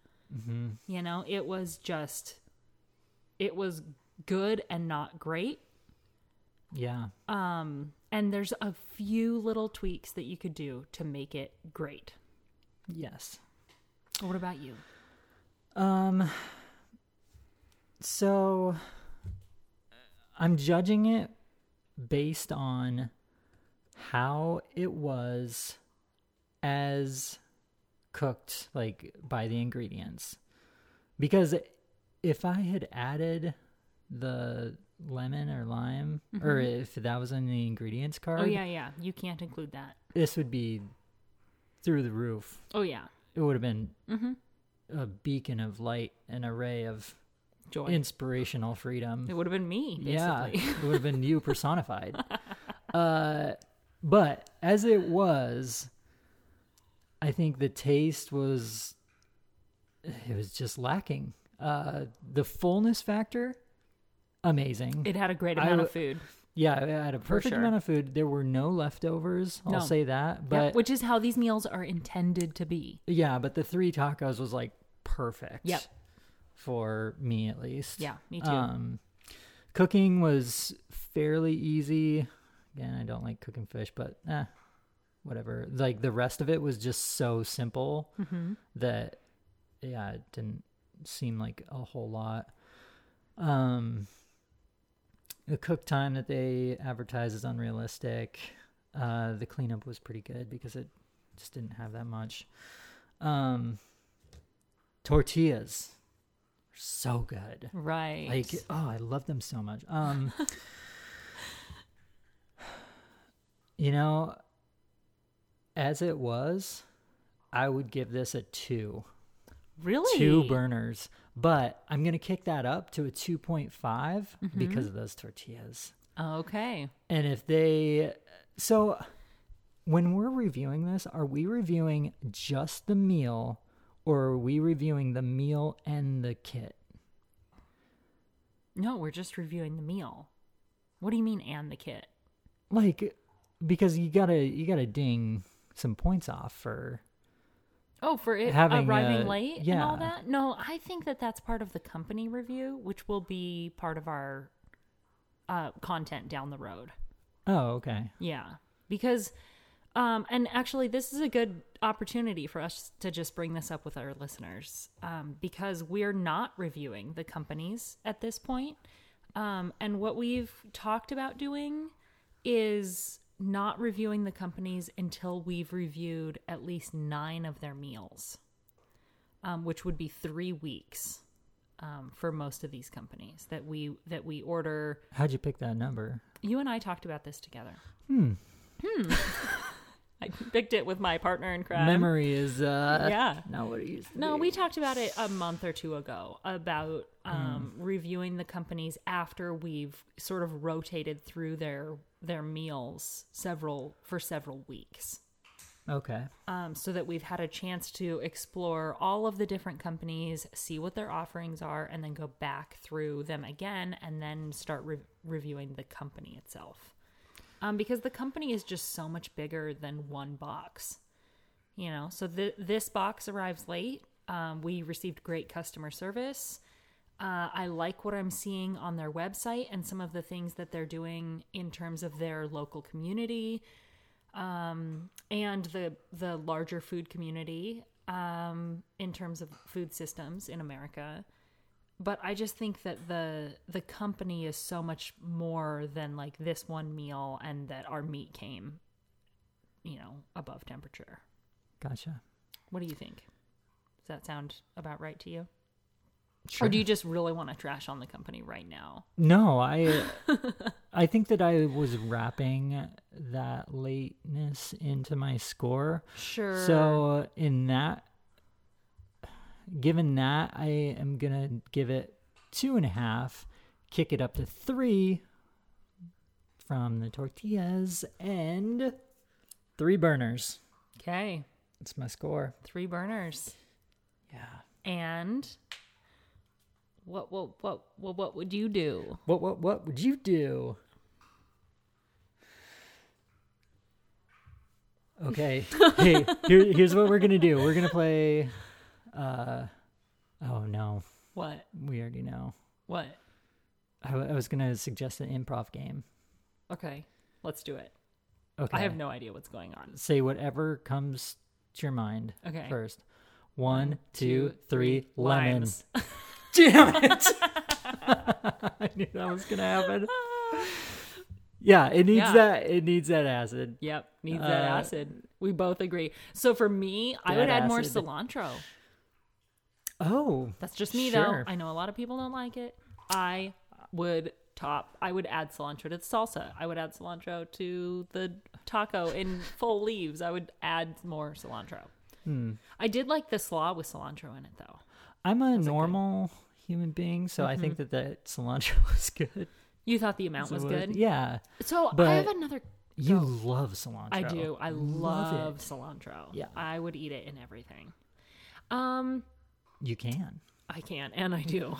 A: you know it was just it was good and not great
B: Yeah,
A: um and there's a few little tweaks that you could do to make it great
B: yes.
A: what about you
B: Um, so I'm judging it based on how it was as cooked, like by the ingredients. Because if I had added the lemon or lime, or if that was in the ingredients card,
A: Mm-hmm. oh yeah yeah you can't include that
B: this would be through the roof
A: oh yeah
B: it would have been
A: Mm-hmm.
B: a beacon of light, an array of
A: joy
B: inspirational freedom.
A: It would have been me,
B: yeah,
A: basically.
B: it would have been you personified. uh, But as it was, I think the taste was it was just lacking. Uh, the fullness factor, amazing.
A: It had a great
B: I
A: amount
B: w-
A: of food,
B: yeah, it had a perfect
A: sure.
B: amount of food. There were no leftovers.
A: No.
B: I'll say that.
A: Yep,
B: But
A: which is how these meals are intended to be.
B: yeah, but the three tacos was like perfect.
A: Yep.
B: For me at least.
A: Yeah, me too.
B: Um, cooking was fairly easy. Again, I don't like cooking fish, but eh, whatever. Like the rest of it was just so simple
A: Mm-hmm.
B: that yeah, it didn't seem like a whole lot. Um, the cook time that they advertise is unrealistic. Uh, the cleanup was pretty good because it just didn't have that much. Um, tortillas, are so good.
A: right.
B: Like, oh, I love them so much. Um, you know, as it was, I would give this a two,
A: really?
B: two burners. But I'm gonna kick that up to a 2.5 because of those tortillas.
A: Oh, Okay.
B: And if they, so when we're reviewing this, are we reviewing just the meal, or are we reviewing the meal and the kit?
A: No, we're just reviewing the meal. What do you mean and the kit?
B: like because you gotta you gotta ding some points off for
A: Oh, for it
B: Having,
A: arriving
B: uh,
A: late and
B: yeah.
A: all that? No, I think that that's part of the company review, which will be part of our uh, content down the road.
B: oh okay
A: Yeah. Because um and actually this is a good opportunity for us to just bring this up with our listeners um because we're not reviewing the companies at this point. Um and what we've talked about doing is not reviewing the companies until we've reviewed at least 9 of their meals. Um which would be 3 weeks. Um, for most of these companies that we that we order
B: how'd you pick that number
A: you and I talked about this together. Hmm. Hmm. I picked it with my partner in crime.
B: memory is uh
A: Yeah.
B: not what it used to
A: No,
B: be.
A: we talked about it a month or two ago about um, reviewing the companies after we've sort of rotated through their their meals several for several weeks,
B: okay
A: um, so that we've had a chance to explore all of the different companies, see what their offerings are, and then go back through them again, and then start re- reviewing the company itself um, because the company is just so much bigger than one box. You know, so th- this box arrives late. Um, we received great customer service. Uh, I like what I'm seeing on their website and some of the things that they're doing in terms of their local community um, and the the larger food community um, in terms of food systems in America but I just think that the the company is so much more than like this one meal and that our meat came, you know, above temperature.
B: gotcha
A: What do you think? Does that sound about right to you?
B: sure
A: Or do you just really want to trash on the company right now?
B: no i i think that i was wrapping that lateness into my score
A: Sure.
B: so uh, in that given that i am gonna give it two and a half kick it up to three from the tortillas and three burners
A: okay,
B: that's my score
A: three burners.
B: yeah
A: And what what what what what would you do?
B: what what what would you do okay hey here, here's what we're gonna do we're gonna play uh oh no
A: What
B: we already know
A: what?
B: I, w- I was gonna suggest an improv game.
A: Okay, let's do it.
B: Okay.
A: I have no idea what's going on.
B: Say whatever comes to your mind.
A: Okay.
B: First, one, two,
A: two,
B: three,
A: three,
B: lemons. Damn it! I knew that was gonna happen. Yeah, it needs
A: Yeah.
B: that. It needs that acid.
A: Yep, needs that
B: Uh,
A: acid. We both agree. So for me, I would
B: That
A: add more
B: acid.
A: cilantro.
B: Oh,
A: That's just me
B: Sure.
A: though. I know a lot of people don't like it. I would top. I would add cilantro to the salsa. I would add cilantro to the taco in full leaves. I would add more cilantro.
B: Hmm.
A: I did like the slaw with cilantro in it though.
B: I'm a normal human being, so I think that that cilantro was good.
A: You thought the amount
B: So
A: Mm-hmm. was
B: it
A: good.
B: Yeah.
A: So I
B: But-
A: have another
B: You love cilantro.
A: I do. I love,
B: it.
A: cilantro.
B: Yeah.
A: I would eat it in everything. Um,
B: You can.
A: I can and I do.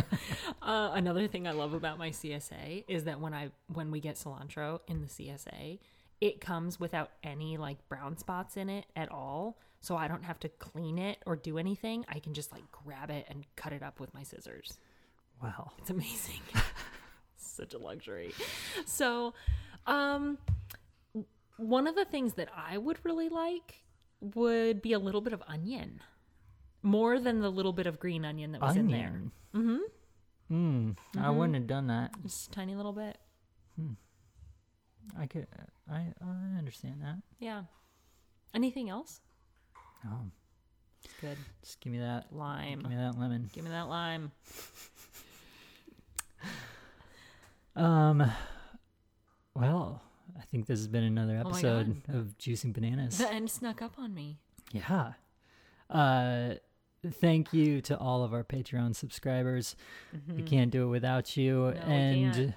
A: uh, another thing I love about my CSA is that when I when we get cilantro in the CSA, it comes without any like brown spots in it at all. So I don't have to clean it or do anything. I can just like grab it and cut it up with my scissors.
B: Wow.
A: It's amazing. Such a luxury. So, um, one of the things that I would really like would be a little bit of onion, more than the little bit of green onion that was in there.
B: Onion. Mm-hmm. Mm, I wouldn't have done that.
A: Just a tiny little bit.
B: I could. I I understand that.
A: Yeah. Anything else?
B: Oh,
A: Good.
B: just give me that.
A: Lime.
B: Give me that lemon.
A: Give me that lime.
B: Um. Well, I think this has been another
A: my
B: episode of Juicing Bananas.
A: The end snuck up on me.
B: Yeah. Uh, thank you to all of our Patreon subscribers. We can't do it without you.
A: Mm-hmm. we
B: and
A: can't.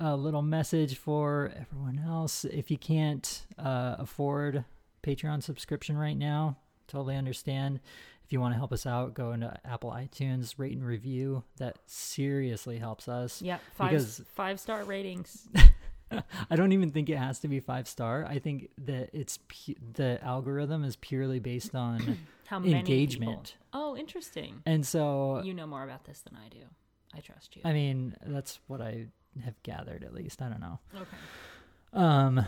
B: a little message for everyone else. If you can't uh, afford Patreon subscription right now, totally understand. If you want to help us out, go into Apple iTunes, rate and review. That seriously helps us.
A: Yeah. Five
B: Because-
A: five star ratings.
B: I don't even think it has to be five star. I think that it's pu- the algorithm is purely based on
A: How many people-
B: engagement.
A: Oh, interesting.
B: And so
A: You know more about this than I do. I trust you.
B: I mean, that's what I have gathered at least. I don't know.
A: okay.
B: Um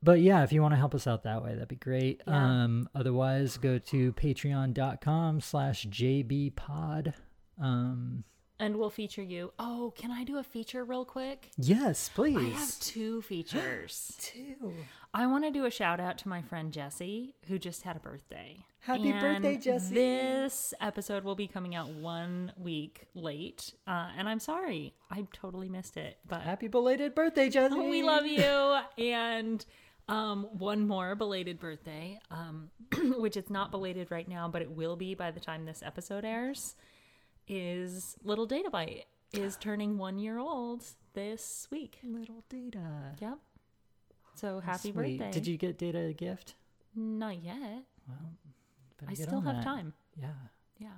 B: but yeah, if you want to help us out that way, that'd be great.
A: Yeah.
B: Um otherwise go to patreon.com slash jbpod. Um
A: And we'll feature you. Oh, can I do a feature real quick?
B: Yes,
A: I have
B: please.
A: two features.
B: Two.
A: I want to do a shout out to my friend Jesse, who just had a birthday.
B: Happy birthday,
A: And mm-hmm.
B: Jesse.
A: This episode will be coming out one week late, uh, and I'm sorry. I totally missed it, but
B: Happy belated birthday, Jesse.
A: Oh, we love you. And um, one more belated birthday, um, which it's not belated right now, but it will be by the time this episode airs, is Little Databyte is turning one year old this week.
B: Little data.
A: Yep. So happy
B: Sweet.
A: birthday.
B: Did you get data a gift?
A: Not yet.
B: Better
A: I
B: get
A: still
B: on
A: have
B: that.
A: time.
B: Yeah.
A: Yeah.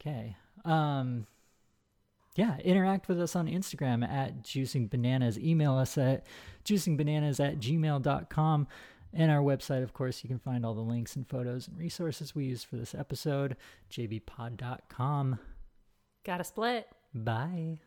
B: Okay. Um, yeah, interact with us on Instagram at Juicing Bananas. Email us at juicingbananas at gmail.com. And our website, of course, you can find all the links and photos and resources we used for this episode, jbpod.com.
A: Got to split.
B: Bye.